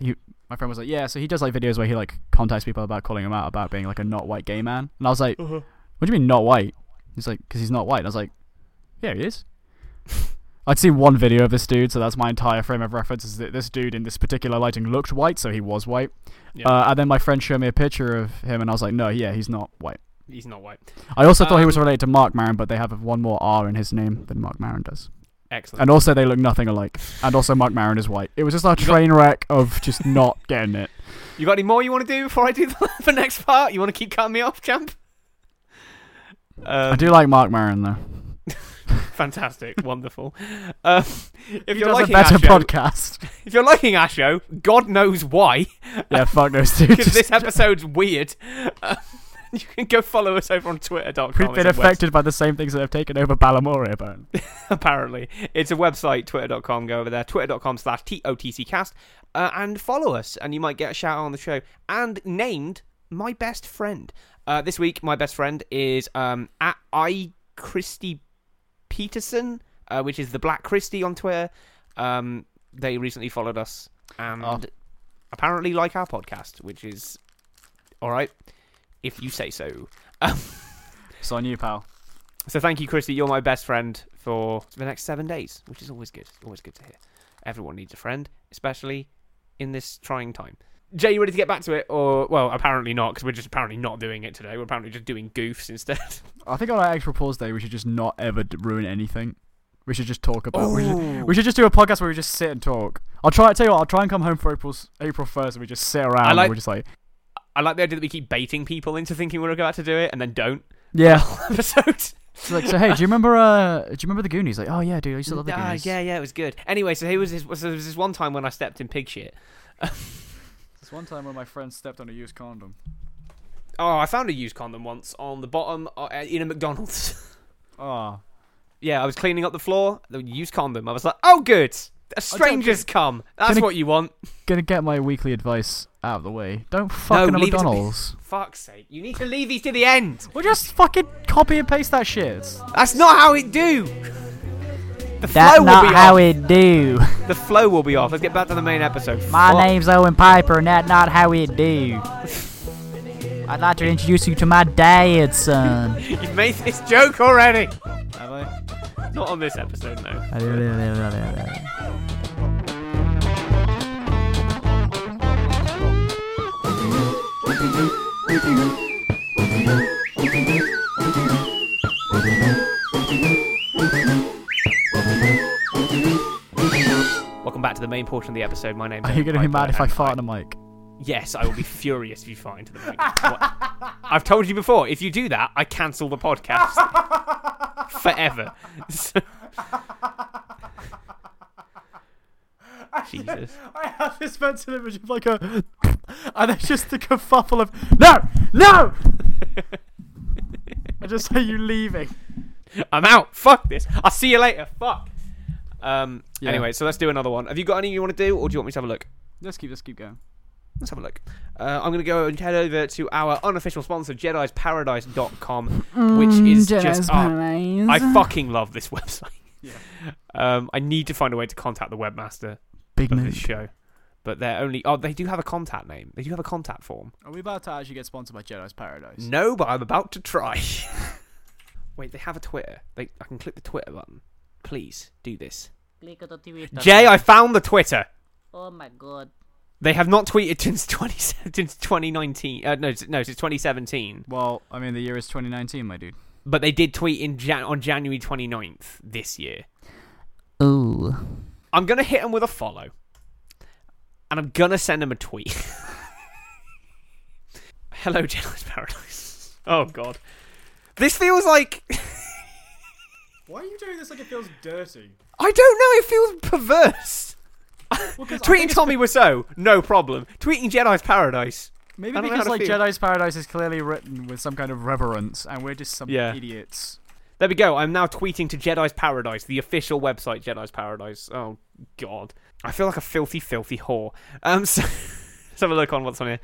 [SPEAKER 4] you. My friend was like, "Yeah, so he does like videos where he like contacts people about calling him out about being like a not white gay man," and I was like, "What do you mean not white?" He's like, "Cause he's not white." And I was like, "Yeah, he is." I'd seen one video of this dude, so that's my entire frame of reference. Is that this dude in this particular lighting looked white, so he was white.
[SPEAKER 2] Yeah.
[SPEAKER 4] Uh, and then my friend showed me a picture of him, and I was like, "No, yeah, he's not white."
[SPEAKER 2] He's not white.
[SPEAKER 4] I also thought he was
[SPEAKER 2] Um,
[SPEAKER 4] related to Mark Maron, but they have one more R in his name than Mark Maron does.
[SPEAKER 2] Excellent.
[SPEAKER 4] And also, they look nothing alike. And also, Mark Maron is white. It was just a train wreck of just not getting it.
[SPEAKER 2] You got any more you want to do before I do the, the next part? You want to keep cutting me off, champ?
[SPEAKER 4] I
[SPEAKER 2] Um,
[SPEAKER 4] do like Mark Maron though.
[SPEAKER 2] fantastic, wonderful. Um, if
[SPEAKER 4] He
[SPEAKER 2] you're
[SPEAKER 4] does a
[SPEAKER 2] liking
[SPEAKER 4] better
[SPEAKER 2] our show,
[SPEAKER 4] podcast.
[SPEAKER 2] if you're liking our show, God knows why,
[SPEAKER 4] yeah, fuck those dudes.
[SPEAKER 2] because this episode's weird. Uh, you can go follow us over on Twitter.com.
[SPEAKER 4] We've
[SPEAKER 2] It's
[SPEAKER 4] been
[SPEAKER 2] a website.
[SPEAKER 4] affected by the same things that have taken over Balamore, apparently.
[SPEAKER 2] apparently. It's a website, twitter.com. Go over there, twitter.com slash TOTCcast, uh, and follow us, and you might get a shout out on the show. And named my best friend. Uh, this week, my best friend is um, at I Christy Peterson, uh, which is the Black Christie on Twitter. Um, they recently followed us and
[SPEAKER 4] Oh.
[SPEAKER 2] apparently like our podcast, which is all right if you say so. Um,
[SPEAKER 4] It's on you, pal.
[SPEAKER 2] so thank you, Christy. You're my best friend for the next seven days, which is always good. Always good to hear. Everyone needs a friend, especially in this trying time. Jay, you ready to get back to it? Or well, apparently not, because we're just apparently not doing it today. We're apparently just doing goofs instead.
[SPEAKER 4] I think on our extra pause day, we should just not ever d- ruin anything. We should just talk about. We
[SPEAKER 2] Oh.
[SPEAKER 4] should, we should just do a podcast where we just sit and talk. I'll try. tell you what. I'll try and come home for April's April first, and we just sit around.
[SPEAKER 2] like-
[SPEAKER 4] and we're just like,
[SPEAKER 2] I like the idea that we keep baiting people into thinking we're about to do it and then don't.
[SPEAKER 4] yeah.
[SPEAKER 2] Episode.
[SPEAKER 4] It's like, so hey, do you remember? Uh, do you remember the Goonies? Like, oh yeah, dude, I used to love the
[SPEAKER 2] Ah,
[SPEAKER 4] Goonies.
[SPEAKER 2] yeah, yeah, it was good. Anyway, so here was this, was, there was this one time when I stepped in pig shit. That's
[SPEAKER 4] One time when my friend stepped on a used condom.
[SPEAKER 2] Oh, I found a used condom once on the bottom uh, in a McDonald's.
[SPEAKER 4] Ah,
[SPEAKER 2] yeah, I was cleaning up the floor. The used condom. I was like, oh, good. A stranger's come. That's
[SPEAKER 4] Can I-
[SPEAKER 2] what you want.
[SPEAKER 4] gonna get my weekly advice out of the way. Don't fucking
[SPEAKER 2] leave it to me.
[SPEAKER 4] McDonald's.
[SPEAKER 2] Fuck's sake. You need to leave these to the end.
[SPEAKER 4] Well, just fucking copy and paste that shit. It's-
[SPEAKER 2] That's not how it do. The
[SPEAKER 3] That's
[SPEAKER 2] flow will
[SPEAKER 3] not
[SPEAKER 2] be
[SPEAKER 3] how
[SPEAKER 2] off.
[SPEAKER 3] it do.
[SPEAKER 2] The flow will be off. Let's get back to the main episode.
[SPEAKER 3] My
[SPEAKER 2] Fuck.
[SPEAKER 3] name's Owen Piper, and that's not how it do. I'd like to introduce you to my dad, son.
[SPEAKER 2] You've made this joke already.
[SPEAKER 4] Have I?
[SPEAKER 2] Not on this episode, no. Welcome back to the main portion of the episode. My name.
[SPEAKER 4] Are you gonna be mad if I fart in a mic?
[SPEAKER 2] Yes, I will be furious if you fart into the mic. What- I've told you before. If you do that, I cancel the podcast forever. So- Jesus.
[SPEAKER 4] I have this mental image of like a, and it's just the kerfuffle of no, no. I just say you leaving.
[SPEAKER 2] I'm out. Fuck this. I'll see you later. Fuck. Um.
[SPEAKER 4] Yeah.
[SPEAKER 2] Anyway, so let's do another one. Have you got any you want to do, or do you want me to have a look?
[SPEAKER 4] Let's keep, let's keep going.
[SPEAKER 2] Let's have a look. Uh, I'm going to go and head over to our unofficial sponsor, Jedi'sParadise.com,
[SPEAKER 3] Mm,
[SPEAKER 2] which is just. oh, I fucking love this website.
[SPEAKER 4] Yeah.
[SPEAKER 2] Um, I need to find a way to contact the webmaster
[SPEAKER 4] Big
[SPEAKER 2] of this show, but they're only. Oh, they do have a contact name. They do have a contact form.
[SPEAKER 4] Are we about to actually get sponsored by Jedi's Paradise?
[SPEAKER 2] No, but I'm about to try. Wait, they have a Twitter. They, I can click the Twitter button. Please do this. Jay, I found the Twitter.
[SPEAKER 3] Oh my god.
[SPEAKER 2] They have not tweeted since 20, since 2019. Uh, no, s- no, since 2017.
[SPEAKER 4] Well, I mean, the year is 2019, my dude.
[SPEAKER 2] but they did tweet in Jan- on January 29th this year.
[SPEAKER 3] Ooh.
[SPEAKER 2] I'm going to hit them with a follow. And I'm going to send them a tweet. Hello, Jealous Paradise. Oh, God. This feels like.
[SPEAKER 4] Why are you doing this like it feels dirty?
[SPEAKER 2] I don't know, it feels perverse. Tweeting Tommy Wiseau, no problem. Tweeting Jedi's Paradise.
[SPEAKER 4] Maybe
[SPEAKER 2] I don't know
[SPEAKER 4] because
[SPEAKER 2] how
[SPEAKER 4] like
[SPEAKER 2] to feel.
[SPEAKER 4] Jedi's Paradise is clearly written with some kind of reverence, and we're just some
[SPEAKER 2] Yeah.
[SPEAKER 4] idiots.
[SPEAKER 2] There we go. I'm now tweeting to Jedi's Paradise, the official website, Jedi's Paradise. Oh God, I feel like a filthy, filthy whore. Um, so, let's have a look on what's on here.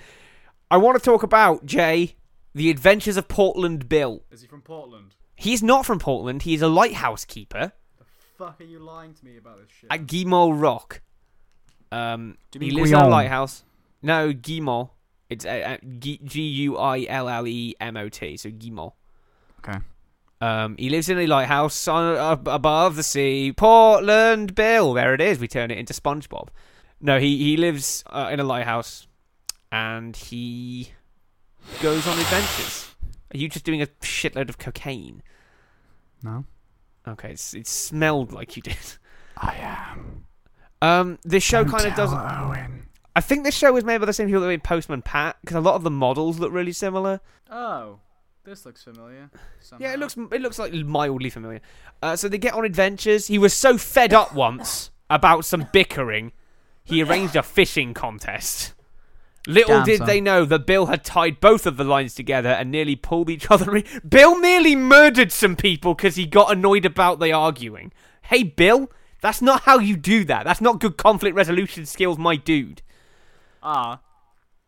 [SPEAKER 2] I want to talk about Jay, the Adventures of Portland Bill.
[SPEAKER 4] Is he from Portland?
[SPEAKER 2] He's not from Portland. He's a lighthouse keeper
[SPEAKER 4] Fuck, are you lying to me about this shit?
[SPEAKER 2] at Guillemot Rock. Um,
[SPEAKER 4] Do you
[SPEAKER 2] he
[SPEAKER 4] mean
[SPEAKER 2] lives in a
[SPEAKER 4] Guillaume?
[SPEAKER 2] lighthouse. No, Guillemot. It's uh, uh, G U I L L E M O T. So Guillemot.
[SPEAKER 4] Okay.
[SPEAKER 2] Um, he lives in a lighthouse on, up above the sea. Portland Bill. There it is. We turn it into SpongeBob. No, he he lives uh, in a lighthouse, and he goes on adventures. Are you just doing a shitload of cocaine?
[SPEAKER 4] No.
[SPEAKER 2] Okay, it's, it smelled like you did.
[SPEAKER 4] I am.
[SPEAKER 2] Um, this show kind of does.
[SPEAKER 4] Owen.
[SPEAKER 2] I think this show was made by the same people that made Postman Pat because a lot of the models look really similar.
[SPEAKER 4] Oh, this looks familiar.
[SPEAKER 2] Yeah, it looks it looks like mildly familiar. Uh, so they get on adventures. He was so fed up once about some bickering, he arranged a fishing contest. Little
[SPEAKER 4] Damn,
[SPEAKER 2] did
[SPEAKER 4] son.
[SPEAKER 2] they know that Bill had tied both of the lines together and nearly pulled each other. In. Bill nearly murdered some people because he got annoyed about they arguing. Hey, Bill, that's not how you do that. That's not good conflict resolution skills, my dude.
[SPEAKER 4] Ah,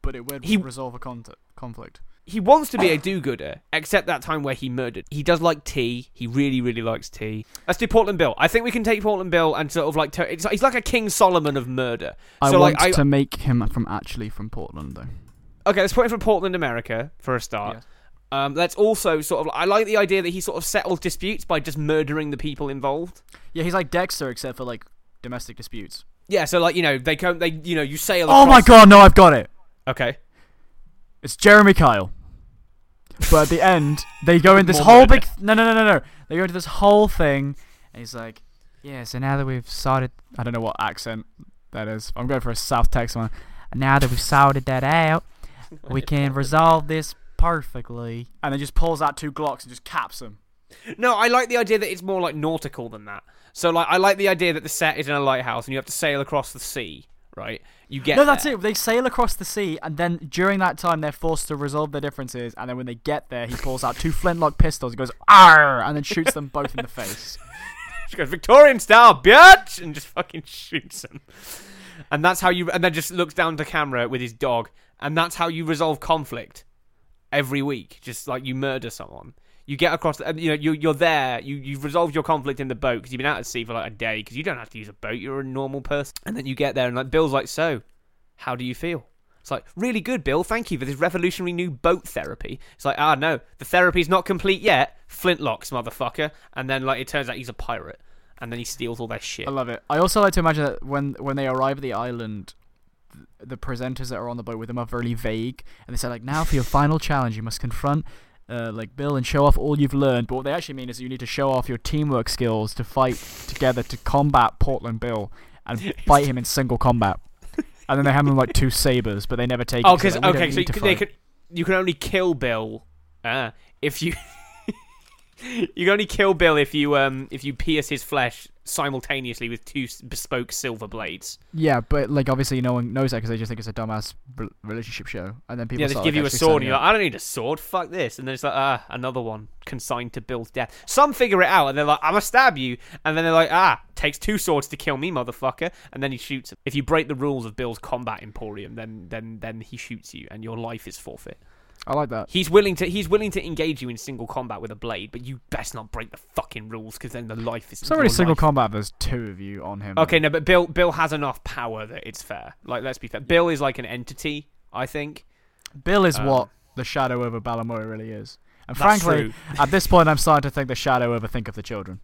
[SPEAKER 4] but it would
[SPEAKER 2] He-
[SPEAKER 4] resolve a con- conflict.
[SPEAKER 2] he wants to be a do-gooder, except that time where he murdered. He does like tea. He really, really likes tea. Let's do Portland Bill. I think we can take Portland Bill and sort of like to- it's, he's like a King Solomon of murder.
[SPEAKER 4] I
[SPEAKER 2] so
[SPEAKER 4] want
[SPEAKER 2] like I,
[SPEAKER 4] to make him from actually from Portland though.
[SPEAKER 2] okay, let's put him from Portland, America, for a start.
[SPEAKER 4] Yes.
[SPEAKER 2] Um, let's also sort of I like the idea that he sort of settles disputes by just murdering the people involved.
[SPEAKER 4] Yeah, he's like Dexter except for like domestic disputes.
[SPEAKER 2] Yeah, so like you know they come they you know you sail.
[SPEAKER 4] Oh my
[SPEAKER 2] across-
[SPEAKER 4] god, no, I've got it.
[SPEAKER 2] Okay.
[SPEAKER 4] It's Jeremy Kyle. But at the end, they go in this
[SPEAKER 2] More
[SPEAKER 4] whole
[SPEAKER 2] murder.
[SPEAKER 4] big. No, no, no, no, no. They go into this whole thing, and he's like, "Yeah, so now that we've sorted, I don't know what accent that is. I'm going for a South Texas one. Now that we've sorted that out, we can resolve this perfectly." And then just pulls out two Glocks and just caps them.
[SPEAKER 2] No, I like the idea that it's more like nautical than that. So like I like the idea that the set is in a lighthouse and you have to sail across the sea. right? You get
[SPEAKER 4] No, that's
[SPEAKER 2] there.
[SPEAKER 4] it. They sail across the sea, and then during that time, they're forced to resolve their differences. And then when they get there, he pulls out two flintlock pistols. He goes, "Arr!" and then shoots them both in the face.
[SPEAKER 2] She goes Victorian style, bitch, and just fucking shoots him. And that's how you. And then just looks down to camera with his dog, and that's how you resolve conflict every week. Just like you murder someone, you get across. The, and, you know, you're you're there. You you've resolved your conflict in the boat because you've been out at sea for like a day because you don't have to use a boat. You're a normal person, and then you get there and like Bill's like, so, how do you feel? It's like really good, Bill. Thank you for this revolutionary new boat therapy. It's like ah no, the therapy's not complete yet. Flintlocks, motherfucker. And then like it turns out he's a pirate, and then he steals all their shit.
[SPEAKER 4] I love it. I also like to imagine that when when they arrive at the island, th- the presenters that are on the boat with them are really vague, and they say like, "Now for your final challenge, you must confront." Uh, like Bill and show off all you've learned, but what they actually mean is you need to show off your teamwork skills to fight together to combat Portland Bill and fight him in single combat. And then they hand them like two sabers, but they never take.
[SPEAKER 2] Oh,
[SPEAKER 4] it 'cause
[SPEAKER 2] because
[SPEAKER 4] they're like, "We
[SPEAKER 2] okay,
[SPEAKER 4] don't
[SPEAKER 2] so you
[SPEAKER 4] need to
[SPEAKER 2] can, they
[SPEAKER 4] fight."
[SPEAKER 2] can you can only kill Bill uh, if you you can only kill Bill if you um if you pierce his flesh simultaneously with two s- bespoke silver blades.
[SPEAKER 4] Yeah, but like obviously no one knows that because they just think it's a dumbass rel- relationship show, and then people
[SPEAKER 2] yeah, they
[SPEAKER 4] start,
[SPEAKER 2] give
[SPEAKER 4] like,
[SPEAKER 2] you a
[SPEAKER 4] actually
[SPEAKER 2] sword, and
[SPEAKER 4] selling
[SPEAKER 2] you're
[SPEAKER 4] it.
[SPEAKER 2] like, I don't need a sword. Fuck this. And then it's like, ah, another one consigned to Bill's death. Some figure it out, and they're like, I'm gonna stab you. And then they're like, ah, takes two swords to kill me, motherfucker. And then he shoots. him. If you break the rules of Bill's combat emporium, then then then he shoots you, and your life is forfeit.
[SPEAKER 4] I like that.
[SPEAKER 2] He's willing to he's willing to engage you in single combat with a blade, but you best not break the fucking rules because then the life is.
[SPEAKER 4] It's already
[SPEAKER 2] your
[SPEAKER 4] single
[SPEAKER 2] life-
[SPEAKER 4] combat. There's two of you on him.
[SPEAKER 2] Okay, no, but Bill Bill has enough power that it's fair. Like, let's be fair. Bill is like an entity, I think.
[SPEAKER 4] Bill is
[SPEAKER 2] Um,
[SPEAKER 4] what the shadow over Balamora really is, and
[SPEAKER 2] That's
[SPEAKER 4] frankly, at this point, I'm starting to think the shadow over think of the children.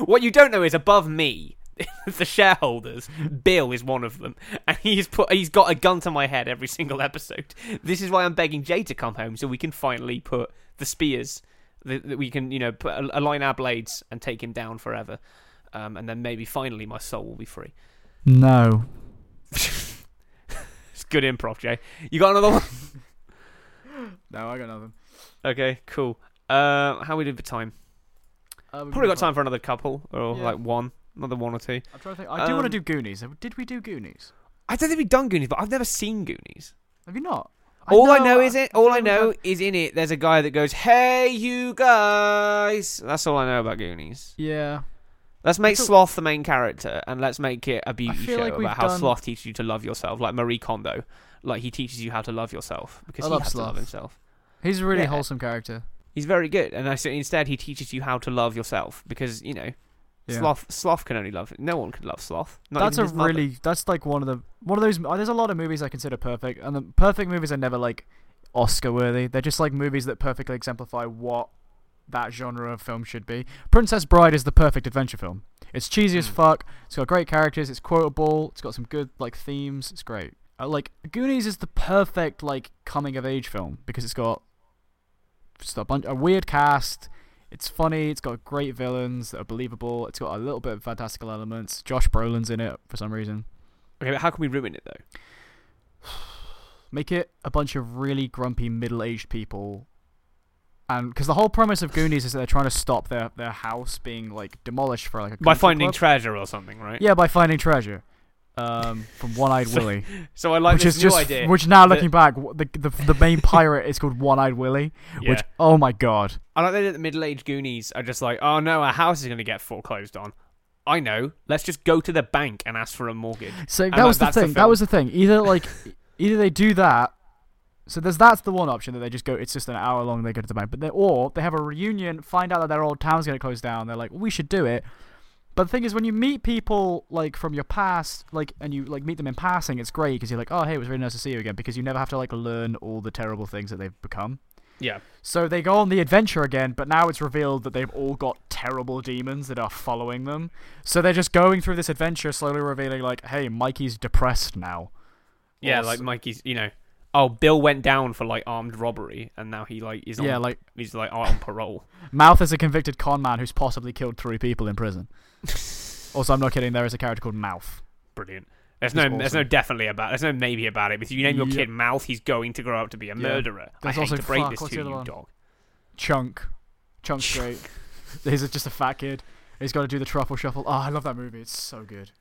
[SPEAKER 2] What you don't know is above me, the shareholders, Bill is one of them, and he's put he's got a gun to my head every single episode. This is why I'm begging Jay to come home so we can finally put the spears that, that we can you know put, align our blades and take him down forever, um, and then maybe finally my soul will be free.
[SPEAKER 4] No,
[SPEAKER 2] It's good improv, Jay. You got another one?
[SPEAKER 4] no, I got nothing.
[SPEAKER 2] okay, cool. Uh, how we doing for time? Probably got time for another couple or
[SPEAKER 4] Yeah.
[SPEAKER 2] like one, another one or two.
[SPEAKER 4] I'm trying to think. I do want
[SPEAKER 2] Um,
[SPEAKER 4] to do Goonies. Did we do Goonies?
[SPEAKER 2] I don't think we've done Goonies, but I've never seen Goonies.
[SPEAKER 4] Have you not?
[SPEAKER 2] all I
[SPEAKER 4] uh,
[SPEAKER 2] know is it. All I
[SPEAKER 4] feel
[SPEAKER 2] know
[SPEAKER 4] like
[SPEAKER 2] is in it. There's a guy that goes, "Hey, you guys." That's all I know about Goonies.
[SPEAKER 4] Yeah.
[SPEAKER 2] Let's make
[SPEAKER 4] feel-
[SPEAKER 2] Sloth the main character, and let's make it a beauty show
[SPEAKER 4] feel like we've
[SPEAKER 2] about how
[SPEAKER 4] done-
[SPEAKER 2] Sloth teaches you to love yourself, like Marie Kondo. Like he teaches you how to love yourself because
[SPEAKER 4] I
[SPEAKER 2] he
[SPEAKER 4] love
[SPEAKER 2] has to love
[SPEAKER 4] Sloth.
[SPEAKER 2] himself.
[SPEAKER 4] He's a really
[SPEAKER 2] Yeah.
[SPEAKER 4] wholesome character.
[SPEAKER 2] He's very good, and I say instead he teaches you how to love yourself because you know
[SPEAKER 4] Yeah.
[SPEAKER 2] Sloth. Sloth can only love. No one could love Sloth. Not
[SPEAKER 4] that's a
[SPEAKER 2] even his mother.
[SPEAKER 4] really that's like one of the one of those. uh, There's a lot of movies I consider perfect, and the perfect movies are never like Oscar worthy. They're just like movies that perfectly exemplify what that genre of film should be. Princess Bride is the perfect adventure film. It's cheesy as
[SPEAKER 2] Mm.
[SPEAKER 4] fuck. It's got great characters. It's quotable. It's got some good like themes. It's great. Uh, like Goonies is the perfect like coming of age film because it's got just a bunch a weird cast. It's funny. It's got great villains that are believable. It's got a little bit of fantastical elements. Josh Brolin's in it for some reason.
[SPEAKER 2] okay. But how can we ruin it though?
[SPEAKER 4] Make it a bunch of really grumpy middle-aged people, and because the whole premise of Goonies is that they're trying to stop their their house being like demolished for like a
[SPEAKER 2] By
[SPEAKER 4] country
[SPEAKER 2] finding
[SPEAKER 4] club.
[SPEAKER 2] treasure or something, right?
[SPEAKER 4] yeah by finding treasure, um, from One-Eyed
[SPEAKER 2] So-
[SPEAKER 4] Willy,
[SPEAKER 2] So I like
[SPEAKER 4] which
[SPEAKER 2] this
[SPEAKER 4] is
[SPEAKER 2] new
[SPEAKER 4] just
[SPEAKER 2] idea.
[SPEAKER 4] which now
[SPEAKER 2] that-
[SPEAKER 4] looking back w- the, the the main pirate is called One-Eyed Willy,
[SPEAKER 2] Yeah.
[SPEAKER 4] which oh my god.
[SPEAKER 2] I like that the middle-aged Goonies are just like, oh no, our house is going to get foreclosed on. I know. Let's just go to the bank and ask for a mortgage.
[SPEAKER 4] So
[SPEAKER 2] And
[SPEAKER 4] that
[SPEAKER 2] that-
[SPEAKER 4] was the
[SPEAKER 2] that's the
[SPEAKER 4] thing. that
[SPEAKER 2] film.
[SPEAKER 4] was the thing. Either like, either they do that. So there's that's the one option that they just go. It's just an hour long. They go to the bank, but they, or they have a reunion, find out that their old town's gonna close down. They're like, we should do it. But the thing is, when you meet people like from your past, like, and you like meet them in passing, it's great because you're like, oh hey, it was really nice to see you again. Because you never have to like learn all the terrible things that they've become.
[SPEAKER 2] Yeah.
[SPEAKER 4] So they go on the adventure again, but now it's revealed that they've all got terrible demons that are following them. So they're just going through this adventure, slowly revealing, like, hey, Mikey's depressed now.
[SPEAKER 2] Yeah,
[SPEAKER 4] Awesome.
[SPEAKER 2] like Mikey's, you know, oh, Bill went down for like armed robbery, and now he like is on,
[SPEAKER 4] yeah, like,
[SPEAKER 2] he's like out on parole.
[SPEAKER 4] Mouth is a convicted con man who's possibly killed three people in prison. also, I'm not kidding, there is a character called Mouth.
[SPEAKER 2] Brilliant. There's
[SPEAKER 4] He's
[SPEAKER 2] no, there's no
[SPEAKER 4] awesome.
[SPEAKER 2] definitely about, there's no maybe about it. If you name your
[SPEAKER 4] Yep.
[SPEAKER 2] kid Mouth, he's going to grow up to be a murderer. I
[SPEAKER 4] There's
[SPEAKER 2] hate
[SPEAKER 4] also-
[SPEAKER 2] to break
[SPEAKER 4] fuck,
[SPEAKER 2] this
[SPEAKER 4] what's
[SPEAKER 2] to
[SPEAKER 4] the
[SPEAKER 2] you,
[SPEAKER 4] other one?
[SPEAKER 2] dog.
[SPEAKER 4] Chunk. Chunk's Ah, great. He's a- just a fat kid. He's got to do the truffle shuffle. Oh, I love that movie. It's so good.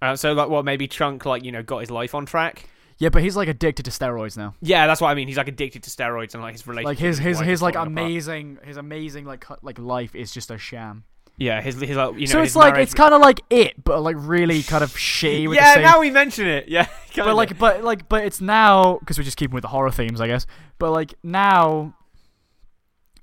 [SPEAKER 2] Uh, so like, well, maybe Chunk like you know got his life on track.
[SPEAKER 4] Yeah, but he's like addicted to steroids now.
[SPEAKER 2] Yeah, that's what I mean. He's like addicted to steroids and like his relationship.
[SPEAKER 4] Like his
[SPEAKER 2] with
[SPEAKER 4] his
[SPEAKER 2] wife
[SPEAKER 4] his
[SPEAKER 2] is
[SPEAKER 4] like
[SPEAKER 2] falling apart.
[SPEAKER 4] amazing his amazing like hu- like life is just a sham.
[SPEAKER 2] Yeah, his his like, you know.
[SPEAKER 4] so
[SPEAKER 2] his
[SPEAKER 4] it's like
[SPEAKER 2] marriage-
[SPEAKER 4] it's kind of like it, but like really kind of shitty. With
[SPEAKER 2] yeah,
[SPEAKER 4] the same,
[SPEAKER 2] now we mention it. Yeah, kinda.
[SPEAKER 4] but like but like but it's now because we're just keeping with the horror themes, I guess. But like now,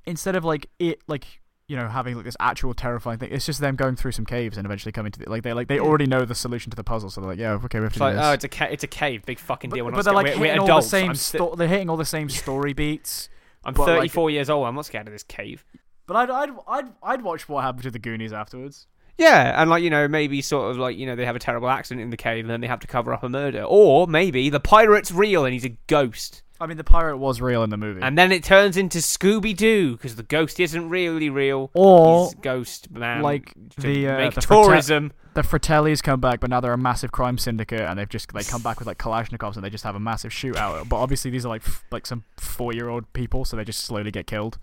[SPEAKER 4] instead of like it like you know having like this actual terrifying thing, it's just them going through some caves and eventually coming to the, like they like they already know the solution to the puzzle, so they're like yeah okay we have
[SPEAKER 2] It's
[SPEAKER 4] to do
[SPEAKER 2] like,
[SPEAKER 4] this.
[SPEAKER 2] oh, it's a ca- it's a cave, big fucking deal.
[SPEAKER 4] but,
[SPEAKER 2] We're
[SPEAKER 4] but
[SPEAKER 2] not
[SPEAKER 4] they're
[SPEAKER 2] scared.
[SPEAKER 4] like
[SPEAKER 2] We're-
[SPEAKER 4] hitting
[SPEAKER 2] we're
[SPEAKER 4] all
[SPEAKER 2] adults.
[SPEAKER 4] the same.
[SPEAKER 2] I'm, sti-
[SPEAKER 4] sto- they're hitting all the same story beats.
[SPEAKER 2] I'm
[SPEAKER 4] but, like-
[SPEAKER 2] 34 years old. I'm not scared of this cave.
[SPEAKER 4] But I'd, I'd I'd I'd watch what happened to the Goonies afterwards.
[SPEAKER 2] Yeah, and like you know, maybe sort of like you know they have a terrible accident in the cave, and then they have to cover up a murder, or maybe the pirate's real and he's a ghost,
[SPEAKER 4] I mean, the pirate was real in the movie.
[SPEAKER 2] and then it turns into Scooby Doo because the ghost isn't really real.
[SPEAKER 4] or
[SPEAKER 2] He's um, a ghost man,
[SPEAKER 4] like
[SPEAKER 2] to
[SPEAKER 4] the, uh,
[SPEAKER 2] make
[SPEAKER 4] the
[SPEAKER 2] tourism.
[SPEAKER 4] the Fratellis come back, but now they're a massive crime syndicate, and they've just they come back with like Kalashnikovs, and they just have a massive shootout. But obviously, these are like f- like some four year old people, so they just slowly get killed.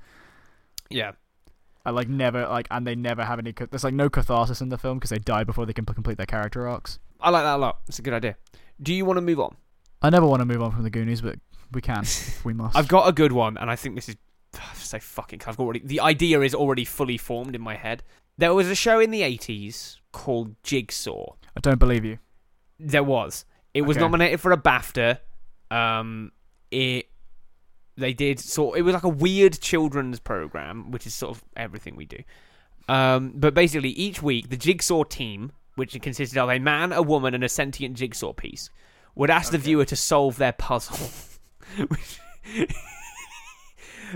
[SPEAKER 2] yeah,
[SPEAKER 4] And like never like, and they never have any. ca- There's like no catharsis in the film because they die before they can p- complete their character arcs.
[SPEAKER 2] I like that a lot. It's a good idea. Do you want to move on?
[SPEAKER 4] I never want to move on from the Goonies, but we can. if we must.
[SPEAKER 2] I've got a good one, and I think this is so fucking. I've already the idea is already fully formed in my head. There was a show in the '80s called Jigsaw.
[SPEAKER 4] I don't believe you.
[SPEAKER 2] There was. It was
[SPEAKER 4] Okay.
[SPEAKER 2] nominated for a BAFTA. Um, it they did sort. It was like a weird children's program, which is sort of everything we do. Um, but basically, each week the jigsaw team, which consisted of a man, a woman, and a sentient jigsaw piece, would ask the viewer to solve their puzzle. Which-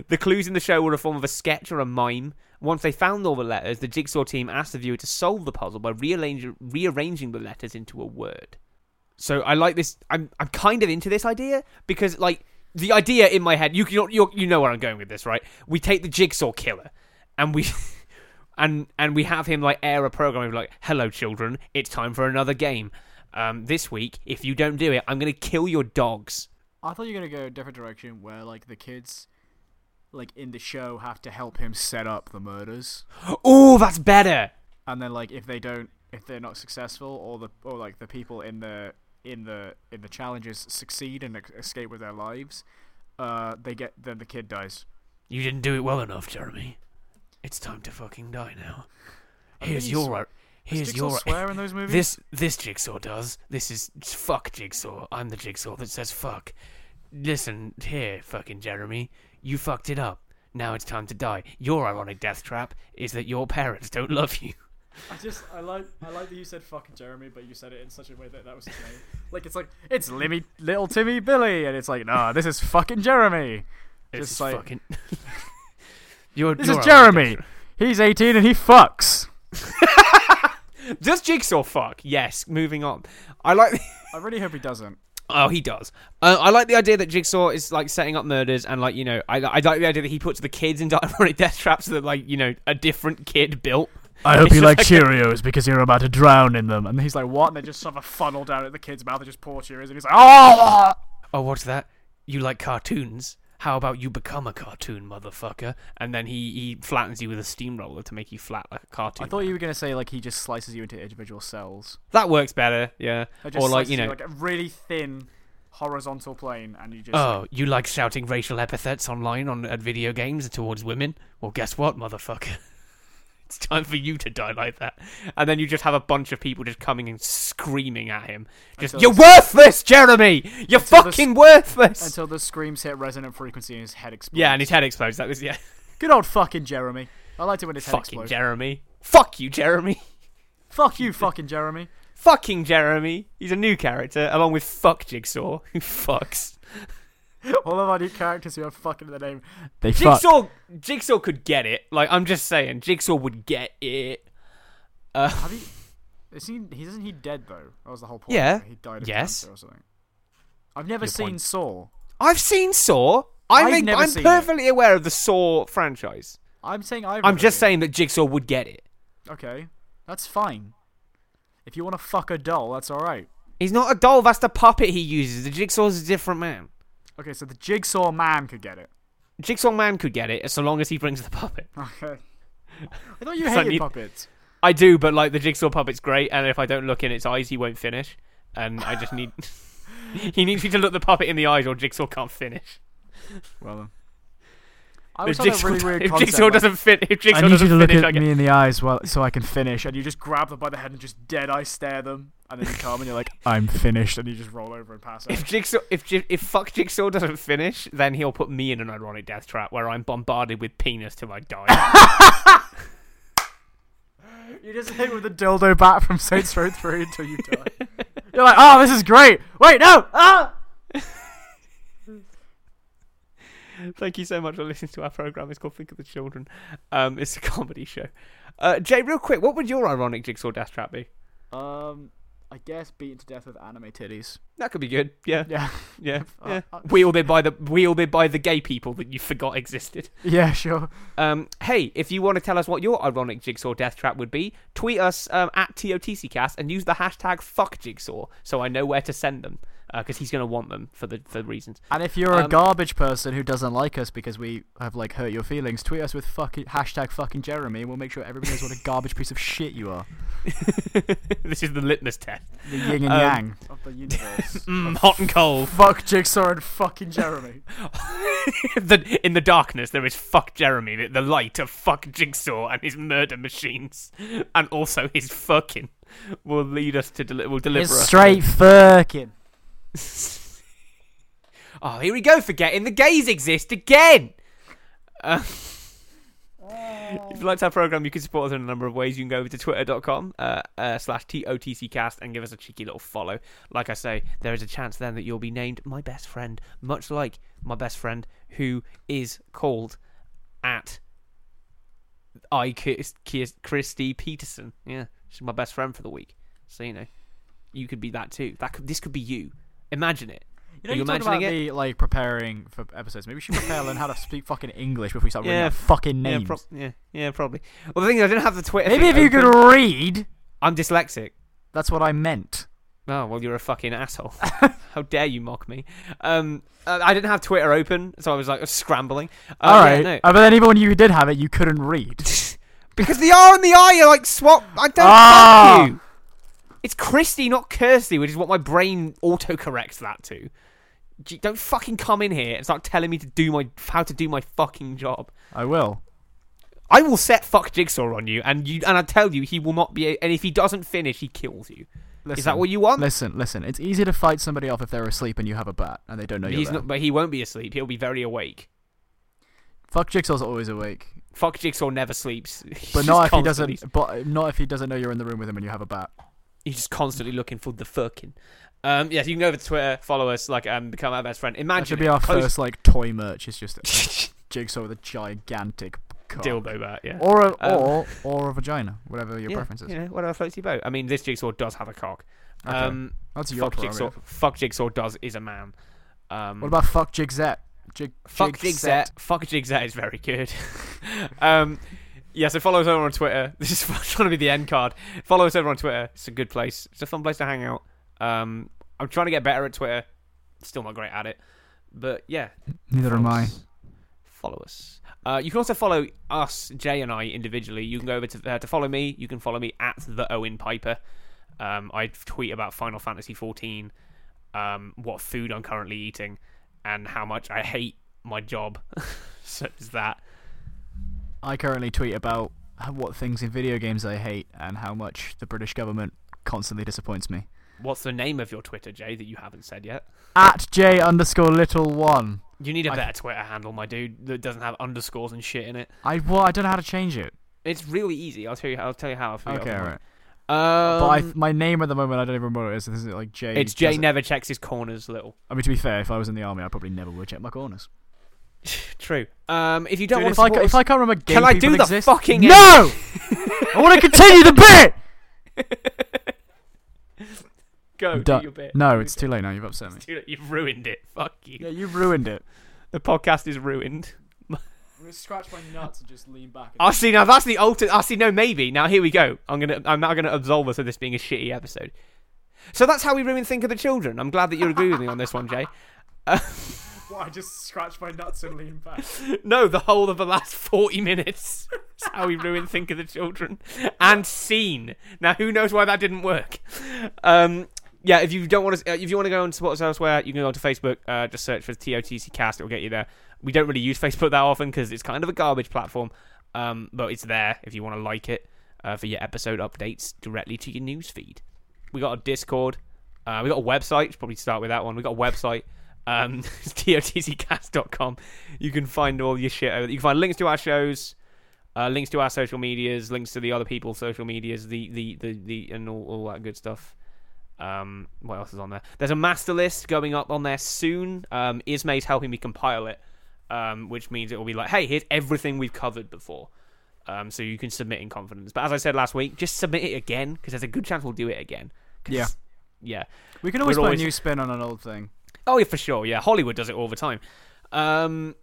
[SPEAKER 2] the clues in the show were a form of a sketch or a mime. Once they found all the letters, the jigsaw team asked the viewer to solve the puzzle by rearranging, rearranging the letters into a word. So I like this. I'm I'm kind of into this idea because like the idea in my head. You you you you know where I'm going with this, right? We take the jigsaw killer, and we. And and we have him like air a program of like, "Hello, children, it's time for another game. Um, this week, if you don't do it, I'm gonna kill your dogs."
[SPEAKER 4] I thought you were gonna go a different direction, where like the kids, like in the show, have to help him set up the murders.
[SPEAKER 2] Oh, that's better.
[SPEAKER 4] and then like if they don't if they're not successful or the or like the people in the in the in the challenges succeed and ex- escape with their lives uh they get then the kid dies
[SPEAKER 2] You didn't do it well enough, Jeremy. It's time to fucking die now. Here's
[SPEAKER 4] he's-
[SPEAKER 2] your. uh, Here's
[SPEAKER 4] Jigsaw
[SPEAKER 2] your.
[SPEAKER 4] swear in those movies
[SPEAKER 2] This this jigsaw does. This is fuck jigsaw. I'm the jigsaw that says fuck. Listen here, fucking Jeremy. You fucked it up. Now it's time to die. Your ironic death trap is that your parents don't love you.
[SPEAKER 4] i just i like i like that you said fucking jeremy but you said it in such a way that that was his name like it's like it's limmy little timmy billy and it's like nah this is fucking jeremy
[SPEAKER 2] This
[SPEAKER 4] Just
[SPEAKER 2] is
[SPEAKER 4] like-
[SPEAKER 2] fucking. Your-
[SPEAKER 4] this
[SPEAKER 2] your
[SPEAKER 4] is
[SPEAKER 2] ironic
[SPEAKER 4] jeremy
[SPEAKER 2] death
[SPEAKER 4] he's 18 and he fucks
[SPEAKER 2] trap. Does jigsaw fuck? Yes. Moving on. I like.
[SPEAKER 4] i really hope he doesn't
[SPEAKER 2] Oh, he does. Uh, I like the idea that Jigsaw is like setting up murders, and like you know, I, I like the idea that he puts the kids into ironic death traps that like you know a different kid built.
[SPEAKER 4] I hope
[SPEAKER 2] It's
[SPEAKER 4] you
[SPEAKER 2] just
[SPEAKER 4] like
[SPEAKER 2] like
[SPEAKER 4] Cheerios because you're about to drown in them. And he's like, what? And they just shove a funnel down at the kid's mouth and just pour Cheerios. And he's like, oh!
[SPEAKER 2] Oh, what's that? You like cartoons? How about you become a cartoon, motherfucker? And then he he flattens you with a steamroller to make you flat like a cartoon.
[SPEAKER 4] I thought you were going to say, like, he just slices you into individual cells.
[SPEAKER 2] that works better. Yeah.
[SPEAKER 4] Or, just
[SPEAKER 2] Or like
[SPEAKER 4] slices
[SPEAKER 2] you know.
[SPEAKER 4] like a really thin horizontal plane. And you just.
[SPEAKER 2] Oh, you like shouting racial epithets online on at video games towards women? Well, guess what, motherfucker? it's time for you to die like that. And then you just have a bunch of people just coming and screaming at him. Just
[SPEAKER 4] Until
[SPEAKER 2] you're
[SPEAKER 4] this-
[SPEAKER 2] worthless, Jeremy. You're
[SPEAKER 4] Until this-
[SPEAKER 2] fucking worthless.
[SPEAKER 4] Until the screams hit resonant frequency and his head explodes.
[SPEAKER 2] yeah, and his head explodes. That was yeah.
[SPEAKER 4] Good old fucking Jeremy. I liked it when his head
[SPEAKER 2] Fucking
[SPEAKER 4] explodes.
[SPEAKER 2] Jeremy. Fuck you, Jeremy.
[SPEAKER 4] Fuck you, fucking Jeremy.
[SPEAKER 2] Fucking Jeremy. He's a new character along with fuck Jigsaw who fucks.
[SPEAKER 4] All of our new characters who have fucking in the name. They
[SPEAKER 2] Jigsaw Jigsaw could get it. Like I'm just saying, Jigsaw would get it.
[SPEAKER 4] Have you? Is he, he- isn't he dead though? That was the whole point.
[SPEAKER 2] Yeah.
[SPEAKER 4] He died of
[SPEAKER 2] Yes.
[SPEAKER 4] cancer or something. I've never
[SPEAKER 2] Your
[SPEAKER 4] seen
[SPEAKER 2] point.
[SPEAKER 4] Saw.
[SPEAKER 2] I've seen Saw. I'm,
[SPEAKER 4] I've
[SPEAKER 2] a-
[SPEAKER 4] never
[SPEAKER 2] I'm
[SPEAKER 4] seen it.
[SPEAKER 2] perfectly aware of the Saw franchise.
[SPEAKER 4] I'm saying I've.
[SPEAKER 2] I'm
[SPEAKER 4] never
[SPEAKER 2] just
[SPEAKER 4] seen
[SPEAKER 2] saying that Jigsaw would get it.
[SPEAKER 4] it. Okay, that's fine. If you want to fuck a doll, that's all right.
[SPEAKER 2] He's not a doll. That's the puppet he uses. The Jigsaw's a different man.
[SPEAKER 4] Okay, so the Jigsaw Man could get it.
[SPEAKER 2] Jigsaw man could get it so long as he brings the puppet.
[SPEAKER 4] Okay. I thought you
[SPEAKER 2] So I
[SPEAKER 4] hated
[SPEAKER 2] need-
[SPEAKER 4] puppets.
[SPEAKER 2] I do, but like the jigsaw puppet's great, and if I don't look in its eyes, he won't finish. And I just need he needs me to look the puppet in the eyes, or jigsaw can't finish.
[SPEAKER 4] Well, then. I
[SPEAKER 2] If
[SPEAKER 4] always
[SPEAKER 2] uh,
[SPEAKER 4] found that
[SPEAKER 2] jigsaw,
[SPEAKER 4] really weird
[SPEAKER 2] if
[SPEAKER 4] concept,
[SPEAKER 2] jigsaw
[SPEAKER 4] like,
[SPEAKER 2] doesn't fit, if jigsaw
[SPEAKER 4] I need
[SPEAKER 2] doesn't
[SPEAKER 4] you to look
[SPEAKER 2] finish, I
[SPEAKER 4] at
[SPEAKER 2] get
[SPEAKER 4] me in the eyes while, so I can finish. And you just grab them by the head and just dead eye stare them. And then you come and you're like, I'm finished. And you just roll over and pass
[SPEAKER 2] If
[SPEAKER 4] out.
[SPEAKER 2] Jigsaw, if Ji- if fuck Jigsaw doesn't finish, then he'll put me in an ironic death trap where I'm bombarded with penis till I die.
[SPEAKER 4] you just hit with a dildo bat from Saints Row 3 until you die. You're like, oh, this is great. Wait, no. Ah!
[SPEAKER 2] Thank you so much for listening to our program. It's called Think of the Children. Um, it's a comedy show. Uh, Jay, real quick, what would your ironic Jigsaw death trap be?
[SPEAKER 4] Um, I guess beaten to death with anime titties.
[SPEAKER 2] That could be good. Yeah,
[SPEAKER 4] Yeah.
[SPEAKER 2] yeah,
[SPEAKER 4] Uh,
[SPEAKER 2] yeah.
[SPEAKER 4] uh,
[SPEAKER 2] Wielded by the wielded by the gay people that you forgot existed.
[SPEAKER 4] Yeah, sure.
[SPEAKER 2] Um, hey, if you want to tell us what your ironic jigsaw death trap would be, tweet us um, at TOTCcast and use the hashtag fuckjigsaw so I know where to send them because he's going to want them for the for reasons.
[SPEAKER 4] And if you're a
[SPEAKER 2] Um,
[SPEAKER 4] garbage person who doesn't like us because we have like hurt your feelings, tweet us with fucking hashtag fucking Jeremy, and we'll make sure everybody knows what a garbage piece of shit you are.
[SPEAKER 2] this is the litmus test.
[SPEAKER 4] The yin and
[SPEAKER 2] Um,
[SPEAKER 4] yang of the universe.
[SPEAKER 3] Hmm.
[SPEAKER 2] Mm, hot and cold.
[SPEAKER 4] Fuck Jigsaw and fucking Jeremy.
[SPEAKER 2] the, in the darkness, there is fuck Jeremy, the, the light of fuck Jigsaw and his murder machines, and also his fucking will lead us to deli- will deliver
[SPEAKER 3] It's
[SPEAKER 2] us.
[SPEAKER 3] straight fucking.
[SPEAKER 2] Oh, here we go, forgetting the gays exist again! Uh, if you liked our program, you can support us in a number of ways. You can go over to twitter.com uh, uh, slash TOTCcast and give us a cheeky little follow. Like I say, there is a chance then that you'll be named my best friend, much like my best friend who is called at I Kis- Kis- Christy Peterson. Yeah, she's my best friend for the week. So, you know, you could be that too. That could, This could be you. Imagine it. Are
[SPEAKER 4] You know,
[SPEAKER 2] you
[SPEAKER 4] you talked about
[SPEAKER 2] imagining
[SPEAKER 4] me like preparing for episodes. Maybe we should prepare learn how to speak fucking English before we start reading
[SPEAKER 2] Yeah.
[SPEAKER 4] our fucking names.
[SPEAKER 2] Yeah, prob- yeah, yeah, probably. Well, the thing is, I didn't have the Twitter.
[SPEAKER 3] Maybe
[SPEAKER 2] thing
[SPEAKER 3] if you
[SPEAKER 2] open.
[SPEAKER 3] could read.
[SPEAKER 2] I'm dyslexic.
[SPEAKER 4] That's what I meant.
[SPEAKER 2] Oh well, you're a fucking asshole. How dare you mock me? Um, uh, I didn't have Twitter open, so I was like scrambling. Uh,
[SPEAKER 3] All
[SPEAKER 2] yeah,
[SPEAKER 3] right.
[SPEAKER 2] no.
[SPEAKER 3] Uh, but then even when you did have it, you couldn't read.
[SPEAKER 2] because the R and the I are like swap. I don't
[SPEAKER 3] Ah!
[SPEAKER 2] fuck you. It's Christy, not Kirsty, which is what my brain autocorrects that to. G- Don't fucking come in here and start telling me to do my how to do my fucking job.
[SPEAKER 4] I will.
[SPEAKER 2] I will set fuck jigsaw on you, and you and I tell you he will not be. a- and if he doesn't finish, he kills you.
[SPEAKER 4] Listen,
[SPEAKER 2] Is that what you want?
[SPEAKER 4] Listen, listen. It's easy to fight somebody off if they're asleep and you have a bat and they don't know you're
[SPEAKER 2] He's
[SPEAKER 4] there.
[SPEAKER 2] not, but he won't be asleep. He'll be very awake.
[SPEAKER 4] Fuck Jigsaw's always awake.
[SPEAKER 2] Fuck Jigsaw never sleeps. He's
[SPEAKER 4] But
[SPEAKER 2] just
[SPEAKER 4] not if he
[SPEAKER 2] constantly-
[SPEAKER 4] doesn't. But not if he doesn't know you're in the room with him and you have a bat.
[SPEAKER 2] He's just constantly looking for the fucking. Um, yes, you can go over to Twitter, follow us, like, um, become our best friend. Imagine
[SPEAKER 4] That should
[SPEAKER 2] it.
[SPEAKER 4] be our
[SPEAKER 2] Post-
[SPEAKER 4] first like toy merch. It's just a jigsaw with a gigantic cock.
[SPEAKER 2] dildo bat. Yeah.
[SPEAKER 4] or a,
[SPEAKER 2] Um,
[SPEAKER 4] or or a vagina, whatever your
[SPEAKER 2] yeah,
[SPEAKER 4] preference is.
[SPEAKER 2] You know, whatever floats your boat. I mean, this Jigsaw does have a cock.
[SPEAKER 4] Okay.
[SPEAKER 2] Um,
[SPEAKER 4] That's your
[SPEAKER 2] fuck Jigsaw.
[SPEAKER 4] prerogative.
[SPEAKER 2] Fuck Jigsaw does is a man. Um,
[SPEAKER 4] What about fuck Jigsette? Jig
[SPEAKER 2] Fuck Jigsaw. Fuck Jigsaw is very good. um, yeah, so follow us over on Twitter. This is trying to be the end card. Follow us over on Twitter. It's a good place. It's a fun place to hang out. Um, I'm trying to get better at Twitter. Still not great at it, but yeah.
[SPEAKER 4] Neither am
[SPEAKER 2] follow
[SPEAKER 4] I.
[SPEAKER 2] us. Follow us. Uh, you can also follow us, Jay and I, individually. You can go over to uh, to follow me. You can follow me at the Owen Piper. Um, I tweet about Final Fantasy 14, um, what food I'm currently eating, and how much I hate my job. so it's that.
[SPEAKER 4] I currently tweet about h- what things in video games I hate and how much the British government constantly disappoints me.
[SPEAKER 2] What's the name of your Twitter, Jay, that you haven't said yet?
[SPEAKER 4] At J underscore little one.
[SPEAKER 2] You need a
[SPEAKER 4] I-
[SPEAKER 2] better Twitter handle, my dude, that doesn't have underscores and shit in it.
[SPEAKER 4] I well, I don't know how to change it.
[SPEAKER 2] It's really easy. I'll tell you. I'll tell you how. I'll figure
[SPEAKER 4] Okay,
[SPEAKER 2] out.
[SPEAKER 4] alright.
[SPEAKER 2] Um,
[SPEAKER 4] but I, my name at the moment, I don't even remember what it is. This is like J.
[SPEAKER 2] it's Jay
[SPEAKER 4] doesn't-
[SPEAKER 2] never checks his corners, little.
[SPEAKER 4] I mean, to be fair, if I was in the army, I probably never would check my corners.
[SPEAKER 2] True. Um, if you don't
[SPEAKER 4] Dude,
[SPEAKER 2] want
[SPEAKER 4] if
[SPEAKER 2] to
[SPEAKER 4] I,
[SPEAKER 2] support
[SPEAKER 4] ca- if
[SPEAKER 2] us-
[SPEAKER 4] I can't remember, gay
[SPEAKER 2] can I
[SPEAKER 4] people
[SPEAKER 2] do the
[SPEAKER 4] exist-
[SPEAKER 2] fucking
[SPEAKER 4] no? I want to continue the bit.
[SPEAKER 2] go do
[SPEAKER 4] Done.
[SPEAKER 2] your bit.
[SPEAKER 4] No, it's too late now. You've upset me.
[SPEAKER 2] It's too late. You've ruined it. Fuck you.
[SPEAKER 4] Yeah, you've ruined it.
[SPEAKER 2] The podcast is ruined.
[SPEAKER 4] I'm gonna scratch my nuts and just lean back.
[SPEAKER 2] I see. Now that's the ultimate. I see. No, maybe. Now here we go. I'm gonna. I'm now gonna absolve us of this being a shitty episode. So that's how we ruin Think of the Children. I'm glad that you agree with me on this one, Jay.
[SPEAKER 4] I just scratch my nuts and lean back.
[SPEAKER 2] No, the whole of the last 40 minutes. That's how we ruined Think of the Children and Scene. Now, who knows why that didn't work? Um, yeah, if you don't want to, uh, if you want to go and support us elsewhere, you can go to Facebook. Uh, just search for TOTC Cast; it'll get you there. We don't really use Facebook that often because it's kind of a garbage platform, um, but it's there if you want to like it uh, for your episode updates directly to your newsfeed. We got a Discord. Uh, we got a website. Should probably start with that one. We got a website. Um, it's totccast.com. You can find all your shit. over- You can find links to our shows, uh, links to our social medias, links to the other people's social medias, the the the, the and all, all that good stuff. Um, what else is on there? There's a master list going up on there soon. Um, Ismay's helping me compile it, um, which means it will be like, hey, here's everything we've covered before. Um, so you can submit in confidence. But as I said last week, just submit it again because there's a good chance we'll do it again. 'Cause-
[SPEAKER 4] Yeah.
[SPEAKER 2] Yeah.
[SPEAKER 4] We can always
[SPEAKER 2] We're
[SPEAKER 4] put
[SPEAKER 2] always-
[SPEAKER 4] a new spin on an old thing.
[SPEAKER 2] Oh yeah, for sure. Yeah, Hollywood does it all the time. Um,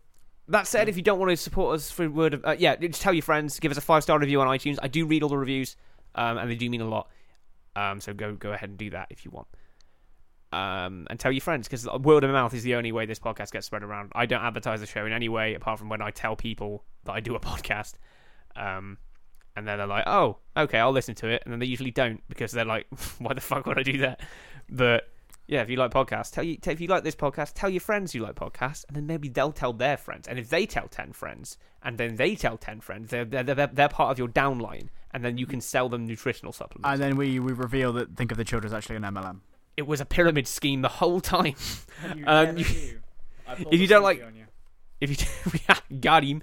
[SPEAKER 2] that said, if you don't want to support us for word of uh, yeah, just tell your friends. Give us a five star review on iTunes. I do read all the reviews, um, and they do mean a lot. Um, so go go ahead and do that if you want. Um, and tell your friends because word of mouth is the only way this podcast gets spread around. I don't advertise the show in any way apart from when I tell people that I do a podcast. Um, and then they're like, "Oh, okay, I'll listen to it," and then they usually don't because they're like, "Why the fuck would I do that?" But yeah, if you like podcasts, tell you if you like this podcast, tell your friends you like podcasts, and then maybe they'll tell their friends, and if they tell ten friends, and then they tell ten friends, they're they're, they're, they're part of your downline, and then you can sell them nutritional supplements.
[SPEAKER 4] And then we, we reveal that Think of the Children's actually an MLM.
[SPEAKER 2] it was a pyramid scheme the whole time. Um, you- if you don't like, if you we got him.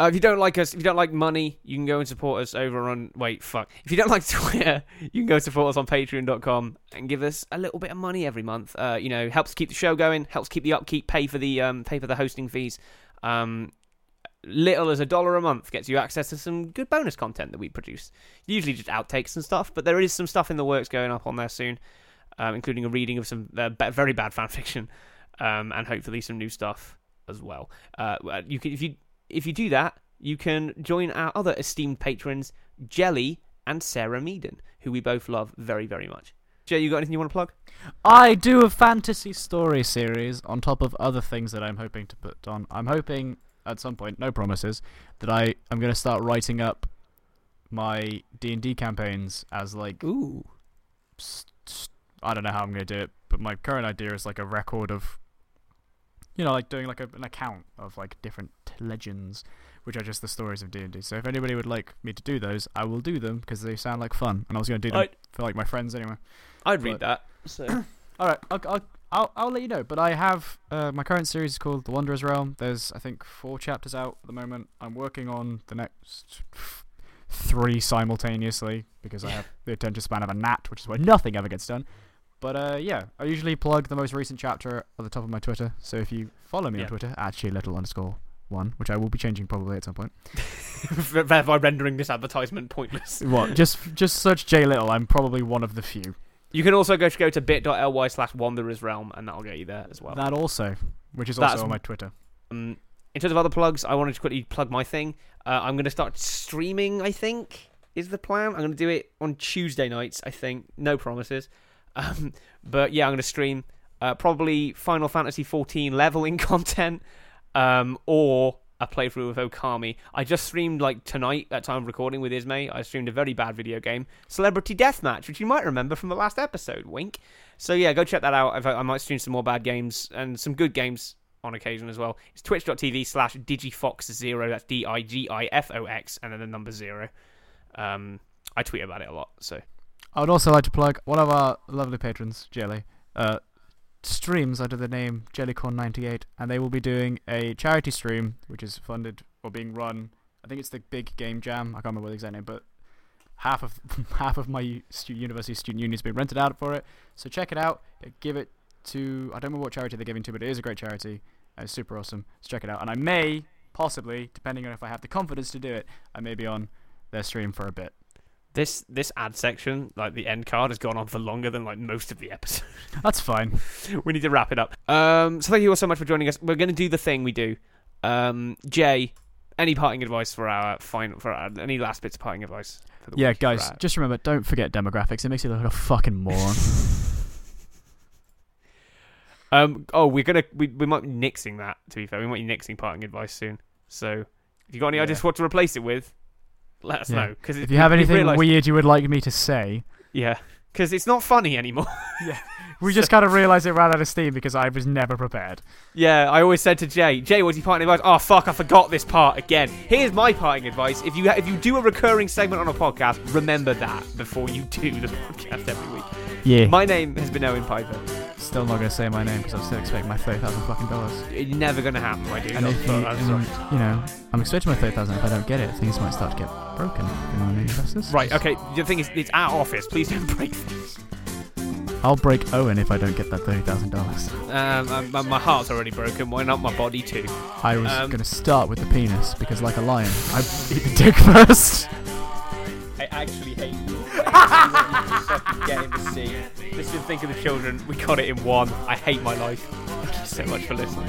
[SPEAKER 2] Uh, if you don't like us, if you don't like money, you can go and support us over on. Wait, fuck. If you don't like Twitter, you can go support us on Patreon.com and give us a little bit of money every month. Uh, you know, helps keep the show going, helps keep the upkeep, pay for the um, pay for the hosting fees. Um, little as a dollar a month gets you access to some good bonus content that we produce. Usually just outtakes and stuff, but there is some stuff in the works going up on there soon, um, including a reading of some uh, ba- very bad fan fiction, um, and hopefully some new stuff as well. Uh, well, you can if you if you do that, you can join our other esteemed patrons, Jelly and Sarah Meaden, who we both love very very much. Jay, you got anything you want to plug?
[SPEAKER 4] I do a fantasy story series on top of other things that I'm hoping to put on. I'm hoping at some point, no promises, that I I'm going to start writing up my D and D campaigns as like
[SPEAKER 2] Ooh,
[SPEAKER 4] s- s- I don't know how I'm going to do it, but my current idea is like a record of you know like doing like a, an account of like different legends, which are just the stories of D and D. So if anybody would like me to do those, I will do them because they sound like fun, and I was going to do them
[SPEAKER 2] Alright.
[SPEAKER 4] for like my friends anyway.
[SPEAKER 2] I'd read that.
[SPEAKER 4] All right, I'll, I'll, I'll, I'll let you know. But I have uh, my current series is called The Wanderer's Realm. There's I think four chapters out at the moment. I'm working on the next three simultaneously because I have the attention span of a gnat, which is why nothing ever gets done. But uh, yeah, I usually plug the most recent chapter at the top of my Twitter. So if you follow me
[SPEAKER 2] Yeah.
[SPEAKER 4] on Twitter, actually little underscore one, which I will be changing probably at some point.
[SPEAKER 2] Thereby rendering this advertisement pointless.
[SPEAKER 4] What? just just search J Little. I'm probably one of the few.
[SPEAKER 2] You can also go to go to bit.ly slash wanderers realm, and that'll get you there as well.
[SPEAKER 4] That also, which is
[SPEAKER 2] That's-
[SPEAKER 4] also on my Twitter.
[SPEAKER 2] Um, in terms of other plugs, I wanted to quickly plug my thing. Uh, I'm going to start streaming. I think is the plan. I'm going to do it on Tuesday nights. I think no promises, um, but yeah, I'm going to stream uh, probably Final Fantasy 14 leveling content um, or a playthrough of Okami. I just streamed like tonight at time of recording with Ismay. I streamed a very bad video game, Celebrity Deathmatch, which you might remember from the last episode. Wink. So yeah, go check that out. I've, I might stream some more bad games and some good games on occasion as well. It's twitch.tv slash digifox0. That's D I G I F O X and then the number zero. Um, I tweet about it a lot. So
[SPEAKER 4] I would also like to plug one of our lovely patrons, Jelly, uh, streams under the name Jellycorn98, and they will be doing a charity stream, which is funded or being run. I think it's the Big Game Jam. I can't remember the exact name, but half of half of my stu- university student union has been rented out for it. So check it out. Uh, Give it to I don't remember what charity they're giving to, but it is a great charity. And it's super awesome. So check it out. And I may possibly, depending on if I have the confidence to do it, I may be on their stream for a bit.
[SPEAKER 2] this this ad section, like the end card, has gone on for longer than like most of the episodes.
[SPEAKER 4] That's fine.
[SPEAKER 2] we need to wrap it up. Um, so thank you all so much for joining us. We're going to do the thing we do. Um, Jay, any parting advice for our final for our, any last bits of parting advice? For the
[SPEAKER 4] Yeah,
[SPEAKER 2] week,
[SPEAKER 4] guys,
[SPEAKER 2] for our-
[SPEAKER 4] just remember, don't forget demographics. It makes you look like a fucking moron.
[SPEAKER 2] Um, oh, we're gonna we, we might be nixing that. To be fair, we might be nixing parting advice soon. So if you got any
[SPEAKER 4] Yeah.
[SPEAKER 2] ideas for what to replace it with, let us
[SPEAKER 4] Yeah.
[SPEAKER 2] know. Because
[SPEAKER 4] If you have anything weird you would like me to say,
[SPEAKER 2] yeah, because it's not funny anymore.
[SPEAKER 4] we just kind of realized it ran out of steam because I was never prepared.
[SPEAKER 2] Yeah, I always said to Jay, Jay, what's your parting advice? Oh fuck, I forgot this part again. Here's my parting advice: if you if you do a recurring segment on a podcast, remember that before you do the podcast every week.
[SPEAKER 4] Yeah.
[SPEAKER 2] My name has been Owen Piper.
[SPEAKER 4] Still not gonna say my name because I'm still expecting my thirty thousand fucking dollars.
[SPEAKER 2] It's never gonna happen, my dude.
[SPEAKER 4] And
[SPEAKER 2] I'm
[SPEAKER 4] if you,
[SPEAKER 2] so- I'm
[SPEAKER 4] and,
[SPEAKER 2] sorry.
[SPEAKER 4] you know, I'm expecting my thirty thousand. If I don't get it, things might start to get broken. You know what I mean, Justice?
[SPEAKER 2] Right, okay. The thing is, it's our office. Please don't break.
[SPEAKER 4] I'll break Owen if I don't get that thirty thousand dollars.
[SPEAKER 2] Um, um, my heart's already broken. Why not my body too?
[SPEAKER 4] I was
[SPEAKER 2] Um,
[SPEAKER 4] gonna start with the penis because, like a lion, I eat the dick first.
[SPEAKER 2] I actually hate you. Get in the sea. This is think of the children. We got it in one. I hate my life. Thank you so much for listening.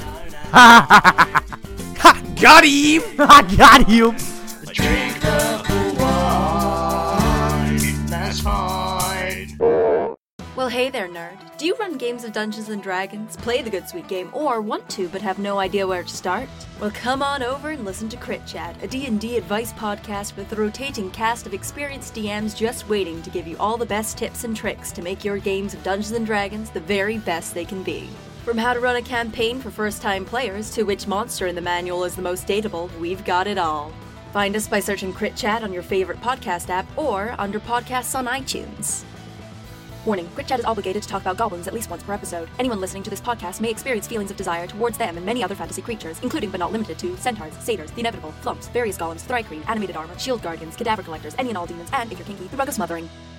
[SPEAKER 2] ha! Got him!
[SPEAKER 4] I got you.
[SPEAKER 5] Drink up the wine. That's fine.
[SPEAKER 6] Well, hey there, nerd. Do you run games of Dungeons and Dragons, play the good sweet game, or want to but have no idea where to start? Well, come on over and listen to Crit Chat, a D&D advice podcast with a rotating cast of experienced DMs just waiting to give you all the best tips and tricks to make your games of Dungeons and Dragons the very best they can be. From how to run a campaign for first-time players to which monster in the manual is the most dateable, we've got it all. Find us by searching Crit Chat on your favorite podcast app or under podcasts on iTunes. Warning, Crit Chat is obligated to talk about goblins at least once per episode. Anyone listening to this podcast may experience feelings of desire towards them and many other fantasy creatures, including but not limited to centaurs, satyrs, the inevitable, flumps, various golems, thrycreen, animated armor, shield guardians, cadaver collectors, any and all demons, and if you're kinky, the rug of smothering.